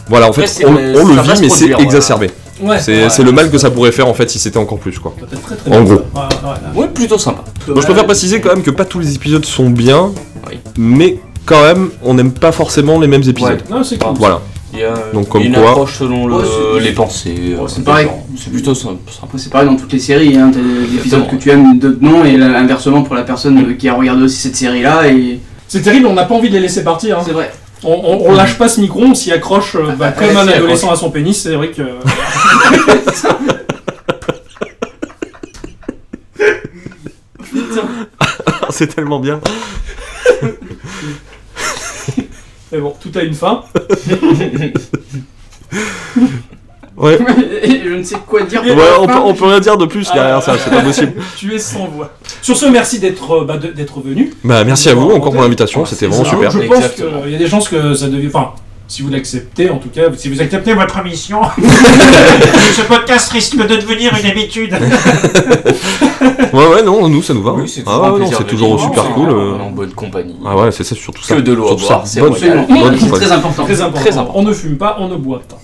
Voilà, en Ouais, fait, c'est- on, on euh, ça le va vit, se mais c'est produire, voilà. exacerbé. Ouais. C'est Ouais. c'est le mal que ça pourrait faire en fait si c'était encore plus quoi. Ça peut être très, très En bien. gros. Ouais, ouais, ouais. Ouais, plutôt sympa. Bon, je préfère préciser quand même que pas tous les épisodes sont bien. Oui. Mais quand même, on n'aime pas forcément les mêmes épisodes. Non, c'est cool. Voilà. Il y a Donc, comme une quoi- approche selon le- Ouais, c'est- les pensées. Ouais, c'est euh, des pareil. gens. C'est plutôt sympa. Après, c'est pareil dans toutes les séries, hein, t'as des épisodes que tu aimes, d'autres non, et là, inversement pour la personne qui a regardé aussi cette série-là. Et... C'est terrible, on n'a pas envie de les laisser partir. hein. C'est vrai. On, on- on lâche pas ce micro, on s'y accroche euh, bah, Ah, comme ouais, un s'y adolescent à son pénis, c'est vrai que. euh, c'est tellement bien. Mais bon, tout a une fin. Ouais. Et je ne sais quoi dire. Ouais, pour la on, peut, fin. on peut rien dire de plus Ah, derrière ça, c'est pas possible. tu es sans voix. Sur ce, merci d'être euh, bah, de- d'être venu. Bah, merci à vous encore pour l'invitation, Ouais, c'était c'est vraiment ça. super. Je pense Exactement. qu'il y a des chances que ça devienne. Enfin, si vous l'acceptez, en tout cas, si vous acceptez votre émission, ce podcast risque de devenir une habitude. Ouais, ouais, non, nous ça nous va. Oui, c'est ah, toujours, un ouais, non, plaisir c'est de toujours vivre, super c'est- cool. euh. on est en bonne compagnie. Ah, ouais, c'est ça, surtout ça. Que de l'eau à Surtout ça. boire, c'est Bonne- royal. bonne C'est compagnie. très important. Très important. Très important. On ne fume pas, on ne boit pas.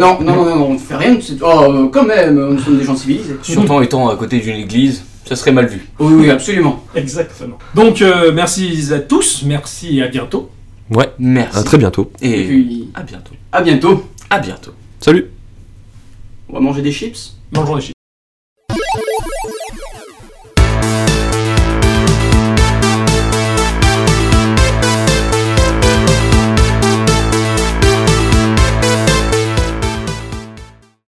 Non, non, non, non, non, non, on ne fait rien. de ce- Oh, euh, quand même, nous sommes des gens civilisés. Surtout en étant à côté d'une église, ça serait mal vu. Oui, oui, absolument. Exactement. Donc, euh, merci à tous. Merci et à bientôt. À Merci. très bientôt. Et Et puis, à bientôt. à bientôt. À bientôt. Salut! On va manger des chips. Mangeons les chips.